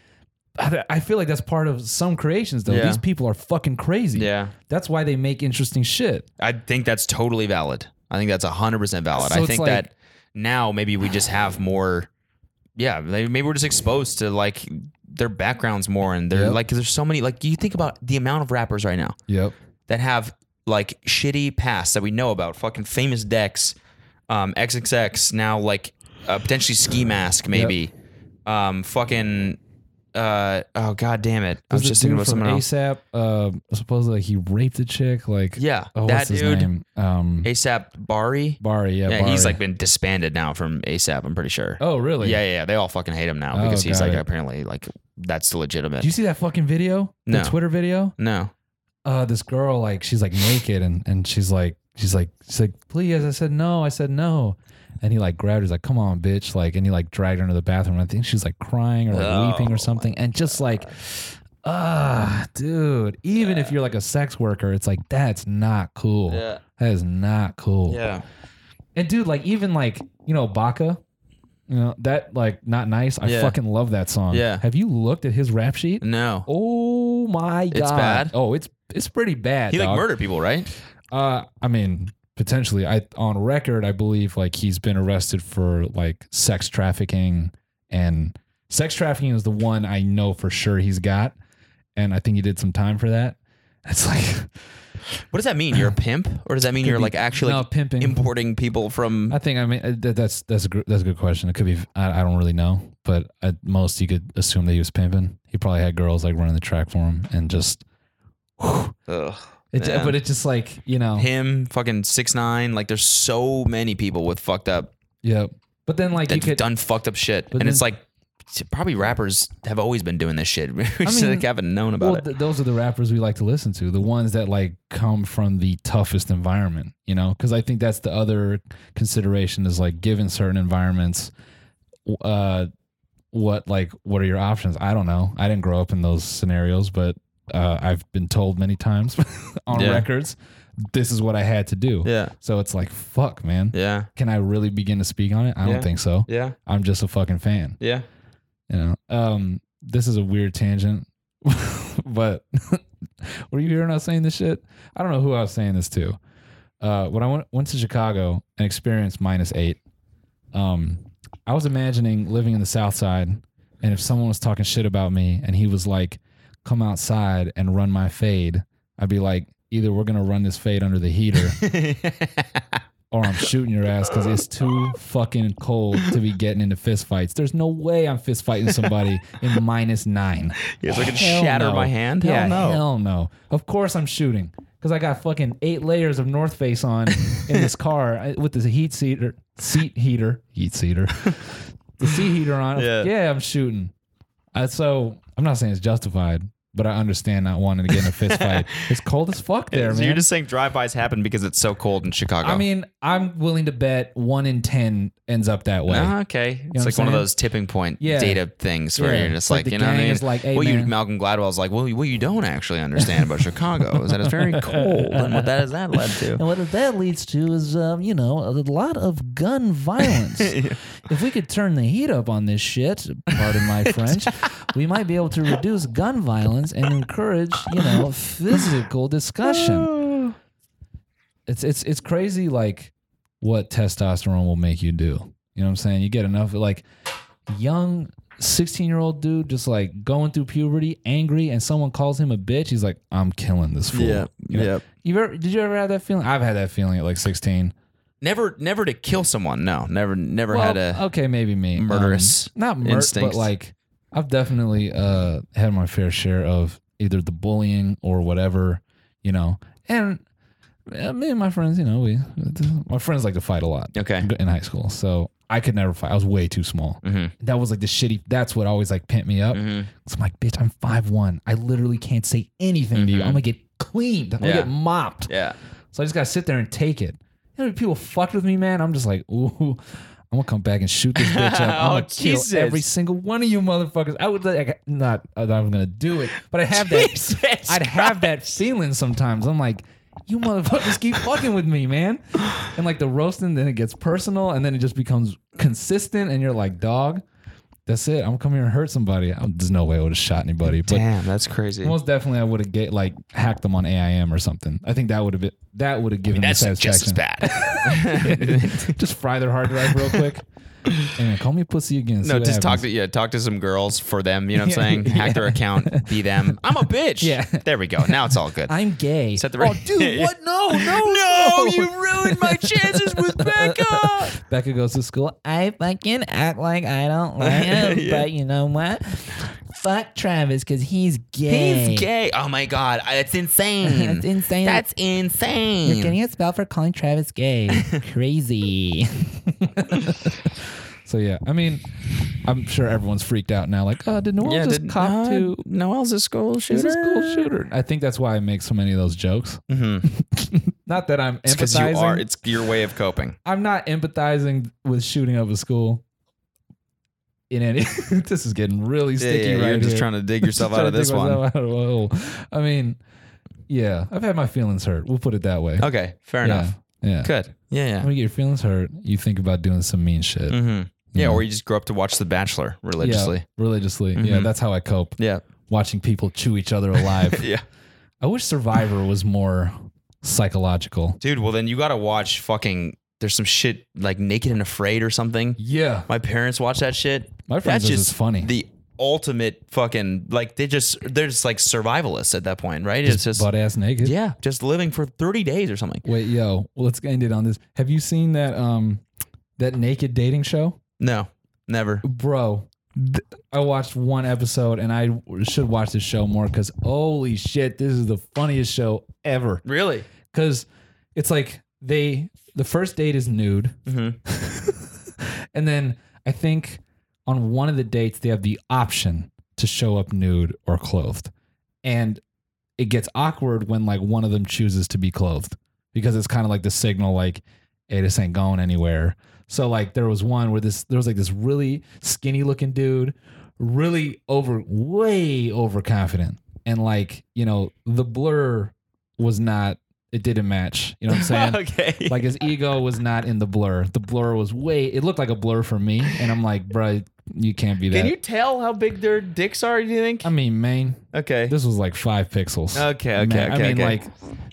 Speaker 1: I I feel like that's part of some creations though.
Speaker 2: Yeah.
Speaker 1: These people are fucking crazy.
Speaker 2: Yeah.
Speaker 1: that's why they make interesting shit.
Speaker 2: I think that's totally valid. I think that's 100% valid.
Speaker 1: So
Speaker 2: I
Speaker 1: it's
Speaker 2: think
Speaker 1: like-
Speaker 2: that now maybe we just have more, yeah, may- maybe we're just exposed to like their backgrounds more and they're
Speaker 1: Yep.
Speaker 2: like, 'cause there's so many, like, you think about the amount of rappers right now
Speaker 1: Yep.
Speaker 2: that have like shitty pasts that we know about, fucking famous Dex, um, XXX, now like uh, potentially Ski Mask, maybe, um, fucking, uh, oh, god damn it. I was just thinking about
Speaker 1: from
Speaker 2: someone else.
Speaker 1: ASAP. Uh, supposedly like, he raped a chick. Like
Speaker 2: Yeah,
Speaker 1: oh,
Speaker 2: that
Speaker 1: what's his
Speaker 2: dude.
Speaker 1: name? Um,
Speaker 2: ASAP Bari.
Speaker 1: Bari. Yeah,
Speaker 2: Yeah, he's
Speaker 1: Bari.
Speaker 2: like been disbanded now from ASAP. I'm pretty sure.
Speaker 1: Oh really?
Speaker 2: yeah, yeah, yeah. They all fucking hate him now
Speaker 1: Oh,
Speaker 2: because he's
Speaker 1: got
Speaker 2: like
Speaker 1: it.
Speaker 2: apparently like that's
Speaker 1: Do you
Speaker 2: legitimate.
Speaker 1: see that fucking video?
Speaker 2: No.
Speaker 1: The Twitter video?
Speaker 2: No,
Speaker 1: uh, this girl like she's like naked and and she's like she's like she's like please I said no I said no and he like grabbed her he's like come on bitch like and he like dragged her into the bathroom and I think she's like crying or like
Speaker 2: Oh
Speaker 1: weeping or something and just like ah dude even if you're like a sex worker it's like that's not cool
Speaker 2: Yeah.
Speaker 1: that is not cool
Speaker 2: yeah,
Speaker 1: and dude like even like you know Baca you know that like not nice I
Speaker 2: Yeah.
Speaker 1: fucking love that song
Speaker 2: Yeah.
Speaker 1: have you looked at his rap sheet
Speaker 2: no.
Speaker 1: oh my god
Speaker 2: bad?
Speaker 1: oh it's it's pretty bad
Speaker 2: He like
Speaker 1: dog.
Speaker 2: murdered
Speaker 1: (laughs)
Speaker 2: people, right?
Speaker 1: Uh, I mean, potentially. I on record, I believe like he's been arrested for like sex trafficking, and sex trafficking is the one I know for sure he's got, and I think he did some time for that. It's like (laughs)
Speaker 2: What does that mean? You're a pimp, or does that mean you're
Speaker 1: be-
Speaker 2: like actually
Speaker 1: no
Speaker 2: like, (laughs)
Speaker 1: pimping.
Speaker 2: importing people from?
Speaker 1: I think I mean uh, Mm-hmm. that, that's that's a gr- that's a good question. It could be I, I don't really know, but at most you could assume that he was pimping. He probably had girls like running the track for him and just.
Speaker 2: Ugh.
Speaker 1: It,
Speaker 2: Yeah.
Speaker 1: But it just like you know,
Speaker 2: Him, fucking six nine. Like, there's so many people with fucked up
Speaker 1: yeah. But then like you
Speaker 2: that
Speaker 1: could
Speaker 2: done fucked up shit,
Speaker 1: But
Speaker 2: and it's
Speaker 1: then-
Speaker 2: like probably rappers have always been doing this shit. (laughs) we just
Speaker 1: mean,
Speaker 2: like, haven't known about
Speaker 1: well,
Speaker 2: it.
Speaker 1: th- those are the rappers we like to listen to, the ones that like come from the toughest environment, you know, because I think that's the other consideration is like given certain environments, w- uh, what like what are your options? I don't know. I didn't grow up in those scenarios, but uh, I've been told many times (laughs) on
Speaker 2: Yeah.
Speaker 1: records, this is what I had to do.
Speaker 2: yeah,
Speaker 1: So it's like, fuck, man.
Speaker 2: yeah,
Speaker 1: Can I really begin to speak on it? I
Speaker 2: Yeah.
Speaker 1: don't think so.
Speaker 2: yeah,
Speaker 1: I'm just a fucking fan (laughs)
Speaker 2: yeah.
Speaker 1: you know um this is a weird tangent (laughs) but (laughs) were you hearing us saying this shit i don't know who i was saying this to uh when i went, went to chicago and experienced minus eight um i was imagining living in the south side and if someone was talking shit about me and he was like come outside and run my fade i'd be like either we're gonna run this fade under the heater or I'm shooting your ass because it's too fucking cold to be getting into fist fights. There's no way I'm fist fighting somebody in minus nine.
Speaker 2: Yeah, so I can
Speaker 1: Hell
Speaker 2: shatter
Speaker 1: no.
Speaker 2: my hand.
Speaker 1: Hell
Speaker 2: yeah,
Speaker 1: no. Hell no. Of course I'm shooting because I got fucking eight layers of North Face on in this car I- with this heat seater, seat heater, heat seater, (laughs) the seat heater on.
Speaker 2: Yeah.
Speaker 1: Yeah, I'm shooting. Uh, so I'm not saying it's justified, but I understand not wanting to get in a fist fight. It's cold as fuck there,
Speaker 2: so
Speaker 1: man.
Speaker 2: you're just saying drive-bys happen because it's so cold in Chicago.
Speaker 1: I mean, I'm willing to bet one in ten ends up that way.
Speaker 2: Ah, okay.
Speaker 1: what
Speaker 2: it's like
Speaker 1: I'm
Speaker 2: one
Speaker 1: saying?
Speaker 2: of those tipping point
Speaker 1: Yeah.
Speaker 2: data things where
Speaker 1: Yeah.
Speaker 2: you're just
Speaker 1: Like
Speaker 2: like,
Speaker 1: the
Speaker 2: you know what I
Speaker 1: gang
Speaker 2: mean?
Speaker 1: is like, "Hey,
Speaker 2: well, you,
Speaker 1: man."
Speaker 2: Malcolm Gladwell's like, well, you- what you don't actually understand about Chicago is that
Speaker 1: (laughs)
Speaker 2: it's very cold, and what that has that led to? (laughs)
Speaker 1: And what that leads to is, um, you know, a lot of gun violence.
Speaker 4: (laughs)
Speaker 1: If we could turn the heat up on this shit, pardon
Speaker 2: (laughs)
Speaker 1: my French, we might be able to reduce gun violence and encourage, you know, physical
Speaker 2: (laughs)
Speaker 1: discussion. It's it's it's crazy, like what testosterone will make you do. You know what I'm saying? You get enough like young. 16 year old dude just like going through puberty, angry, and someone calls him a bitch. He's like, I'm killing this fool. You know? You ever did you ever have that feeling? I've had that feeling at like 16.
Speaker 2: Never, never to kill someone. No, never, never had a.
Speaker 1: okay, maybe me.
Speaker 2: murderous
Speaker 1: Um, not murder,
Speaker 2: instinct.
Speaker 1: but like I've definitely uh had my fair share of either the bullying or whatever, you know. And uh, me and my friends, you know, we my friends like to fight a lot (laughs)
Speaker 2: Okay. Mm-hmm.
Speaker 1: in high school. So I could never fight. I was way too small. That was like the shitty. That's what always like pent me up. So I'm like, bitch, I'm five one. I literally can't say anything to you. I'm gonna get cleaned. I'm
Speaker 2: Mm-hmm. Yeah.
Speaker 1: gonna get mopped.
Speaker 2: Yeah.
Speaker 1: So I just gotta sit there and take it. You know, people fucked with me, man. I'm just like, ooh, I'm gonna come back and shoot this bitch
Speaker 2: (laughs)
Speaker 1: up. I'm
Speaker 2: Oh,
Speaker 1: gonna kill
Speaker 2: Jesus.
Speaker 1: every single one of you motherfuckers. I would like, not, that I'm gonna do it, but I have that.
Speaker 2: (laughs)
Speaker 1: (laughs)
Speaker 2: Jesus
Speaker 1: I'd have that feeling sometimes. I'm like, you motherfuckers keep fucking with me, man. And like the roasting, then it gets personal, and then it just becomes consistent, and you're like, dog. That's it. I'm coming here and hurt somebody. I'm, there's no way I would have shot anybody. But
Speaker 2: Damn, that's crazy.
Speaker 1: most definitely, I would have get like hacked them on AIM or something. I think that would have been that would have given
Speaker 2: that's
Speaker 1: me
Speaker 2: just as
Speaker 1: satisfaction. (laughs)
Speaker 2: bad. (laughs)
Speaker 1: just fry their hard drive real quick. Hey man, call me a pussy again. see
Speaker 2: No,
Speaker 1: what
Speaker 2: just talk
Speaker 1: happens.
Speaker 2: to yeah, talk to some girls for them. You know what I'm
Speaker 1: (laughs)
Speaker 2: saying?
Speaker 1: Yeah.
Speaker 2: Hack their account,
Speaker 1: (laughs)
Speaker 2: be them. I'm a bitch.
Speaker 1: Yeah.
Speaker 2: There we go. Now it's all good.
Speaker 1: I'm gay.
Speaker 2: Set the
Speaker 1: oh,
Speaker 2: ra-
Speaker 4: (laughs)
Speaker 1: dude, what? No, no,
Speaker 2: (laughs) no, you ruined my chances
Speaker 1: (laughs)
Speaker 2: with Becca.
Speaker 1: Becca goes to school.
Speaker 4: I fucking act like
Speaker 1: (laughs)
Speaker 4: I don't like him, but you know what? Fuck Travis because he's gay.
Speaker 2: He's gay. Oh my god, I-
Speaker 1: (laughs)
Speaker 2: it's insane.
Speaker 4: That's insane.
Speaker 2: That's insane.
Speaker 4: You're getting a spell for calling Travis gay.
Speaker 1: (laughs)
Speaker 4: Crazy.
Speaker 1: So yeah, I mean, I'm sure everyone's freaked out now. Like, oh, did Noel
Speaker 2: yeah,
Speaker 1: just
Speaker 2: did-
Speaker 1: cop
Speaker 2: uh,
Speaker 1: to?
Speaker 2: Noel's a school shooter.
Speaker 1: He's a school shooter. I think that's why I make so many of those jokes. Not that I'm
Speaker 2: Because you
Speaker 1: empathizing.
Speaker 2: are. Mm-hmm. It's your way
Speaker 1: (laughs)
Speaker 2: of coping.
Speaker 1: I'm not empathizing with shooting up a school. In any, (laughs) this is getting really sticky right
Speaker 2: you're just
Speaker 1: here.
Speaker 2: trying to
Speaker 1: (laughs)
Speaker 2: dig yourself
Speaker 1: Just
Speaker 2: out of
Speaker 1: trying
Speaker 2: this
Speaker 1: to dig
Speaker 2: one.
Speaker 1: myself out of a hole. I mean, yeah, I've had my feelings hurt. We'll put it that way.
Speaker 2: Okay, Oh, fair
Speaker 1: yeah,
Speaker 2: enough.
Speaker 1: Yeah.
Speaker 2: Good. Yeah, yeah.
Speaker 1: When you get your feelings hurt, you think about doing some mean shit.
Speaker 2: Mm-hmm. Yeah, or you just grow up to watch The Bachelor religiously.
Speaker 1: Yeah, religiously.
Speaker 2: Mm-hmm.
Speaker 1: Yeah, that's how I cope.
Speaker 2: Yeah.
Speaker 1: Watching people chew each other alive.
Speaker 2: Yeah. (laughs)
Speaker 1: I wish Survivor was more psychological.
Speaker 2: Dude, well then you gotta watch fucking there's some shit like Naked and Afraid or something.
Speaker 1: Yeah.
Speaker 2: My parents watch that shit.
Speaker 1: My friends
Speaker 2: That's
Speaker 1: is
Speaker 2: just
Speaker 1: just funny.
Speaker 2: The ultimate fucking like they just they're just like survivalists at that point, right? it's just
Speaker 1: Butt ass naked.
Speaker 2: yeah, just living for 30 days or something.
Speaker 1: Wait, yo, let's end it on this. Have you seen that um that naked dating show?
Speaker 2: No, never.
Speaker 1: Bro, th- I watched one episode and I should watch this show more cuz holy shit, this is the funniest show ever.
Speaker 2: Really?
Speaker 1: Cuz it's like they the first date is nude.
Speaker 2: Mm-hmm.
Speaker 1: (laughs) and then I think on one of the dates they have the option to show up nude or clothed. And it gets awkward when like one of them chooses to be clothed because it's kind of like the signal like hey this ain't going anywhere so like there was one where this there was like this really skinny looking dude really over way overconfident and like you know the blur was not it didn't match you know what i'm
Speaker 2: (laughs)
Speaker 1: saying
Speaker 2: okay.
Speaker 1: (laughs) like his ego was not in the blur the blur was way it looked like a blur for me and i'm like bruh, you can't be that
Speaker 2: tell how big their dicks are, do you think?
Speaker 1: i mean man
Speaker 2: okay.
Speaker 1: this was like five pixels.
Speaker 2: Okay, okay,
Speaker 1: Man,
Speaker 2: okay,
Speaker 1: I mean,
Speaker 2: okay.
Speaker 1: like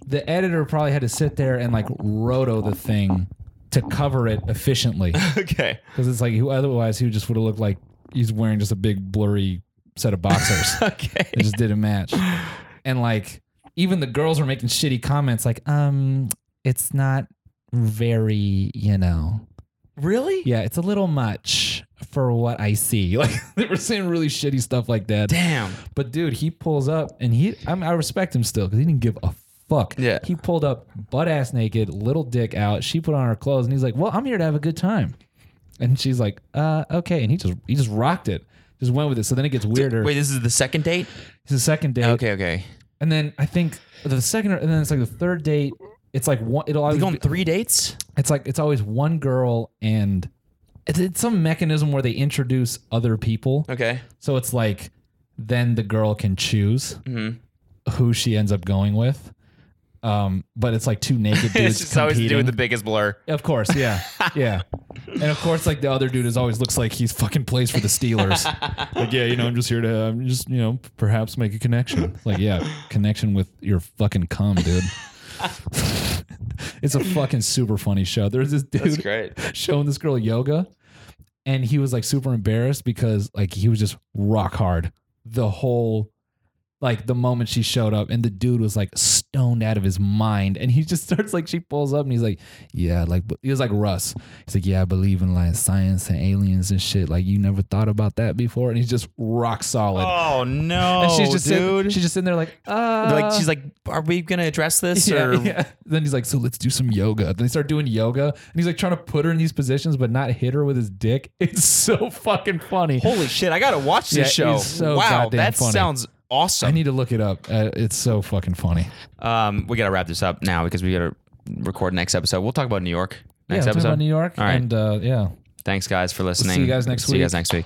Speaker 1: the editor probably had to sit there and like roto the thing to cover it
Speaker 2: (laughs)
Speaker 1: efficiently
Speaker 2: (laughs) okay.
Speaker 1: because it's like who otherwise he just would have looked like he's wearing just a big blurry set of boxers.
Speaker 2: Okay.
Speaker 1: it just didn't match. And like even the girls were making shitty comments like,
Speaker 4: um, it's not
Speaker 1: very, you know,
Speaker 2: Really?
Speaker 1: yeah, it's a little much for what I see. (laughs) Like they were saying really shitty stuff like that.
Speaker 2: Damn.
Speaker 1: But dude, he pulls up and he I, mean, I respect him still because he didn't give a fuck.
Speaker 2: Yeah.
Speaker 1: He pulled up butt ass naked, little dick out. She put on her clothes and he's like, Well, I'm here to have a good time. And she's like, uh, okay. And he just he just rocked it. Just went with it. So then it gets weirder.
Speaker 2: Wait, this is the second date?
Speaker 1: It's the second date.
Speaker 2: Okay, okay.
Speaker 1: And then I think the second and then it's like the third date. It's like one it'll
Speaker 2: You
Speaker 1: always
Speaker 2: going
Speaker 1: be-
Speaker 2: three dates?
Speaker 1: it's like it's always one girl and it's, it's some mechanism where they introduce other people.
Speaker 2: Okay.
Speaker 1: So it's like then the girl can choose
Speaker 2: Mm-hmm.
Speaker 1: who she ends up going with. Um, but it's like
Speaker 2: (laughs)
Speaker 1: two naked dudes
Speaker 2: It's just always to do
Speaker 1: competing.
Speaker 2: with the biggest blur.
Speaker 1: of course, yeah, yeah, and of course, like the other dude is always looks like he's fucking plays for the Steelers. like, yeah, you know, I'm just here to, I'm just, you know, perhaps make a connection. Like, yeah, connection with your fucking cum, dude. (laughs) it's a fucking super funny show. There's this dude
Speaker 2: great.
Speaker 1: (laughs) showing this girl yoga and he was like super embarrassed because like he was just rock hard the whole like the moment she showed up and the dude was like stoned out of his mind and he just (laughs) starts like she pulls up and he's like yeah like but- he was like russ he's like yeah i believe in like science and aliens and shit like you never thought about that before and he's just rock solid
Speaker 2: Oh no,
Speaker 1: and she's just
Speaker 2: dude.
Speaker 1: sitting, she's just sitting there like uh
Speaker 2: like she's like, are we gonna address (laughs) this?
Speaker 1: yeah,
Speaker 2: or
Speaker 1: yeah. (laughs) Then he's like, so let's do some yoga. Then they start doing yoga, and he's like trying to put her in these positions, but not hit her with his dick. (laughs) It's so fucking funny.
Speaker 2: holy shit, I gotta watch
Speaker 1: Yeah,
Speaker 2: this
Speaker 1: it
Speaker 2: show.
Speaker 1: is so
Speaker 2: wow,
Speaker 1: goddamn
Speaker 2: that
Speaker 1: funny.
Speaker 2: sounds
Speaker 1: I
Speaker 2: awesome.
Speaker 1: need to look it up. Uh, it's so fucking funny.
Speaker 2: um, we gotta wrap this up now because we gotta record next episode. We'll talk about New York
Speaker 1: yeah,
Speaker 2: next
Speaker 1: we're talking
Speaker 2: episode.
Speaker 1: about New York,
Speaker 2: All right.
Speaker 1: and uh, yeah,
Speaker 2: Thanks guys for listening.
Speaker 1: guys next
Speaker 2: See you
Speaker 1: week.
Speaker 2: guys next week.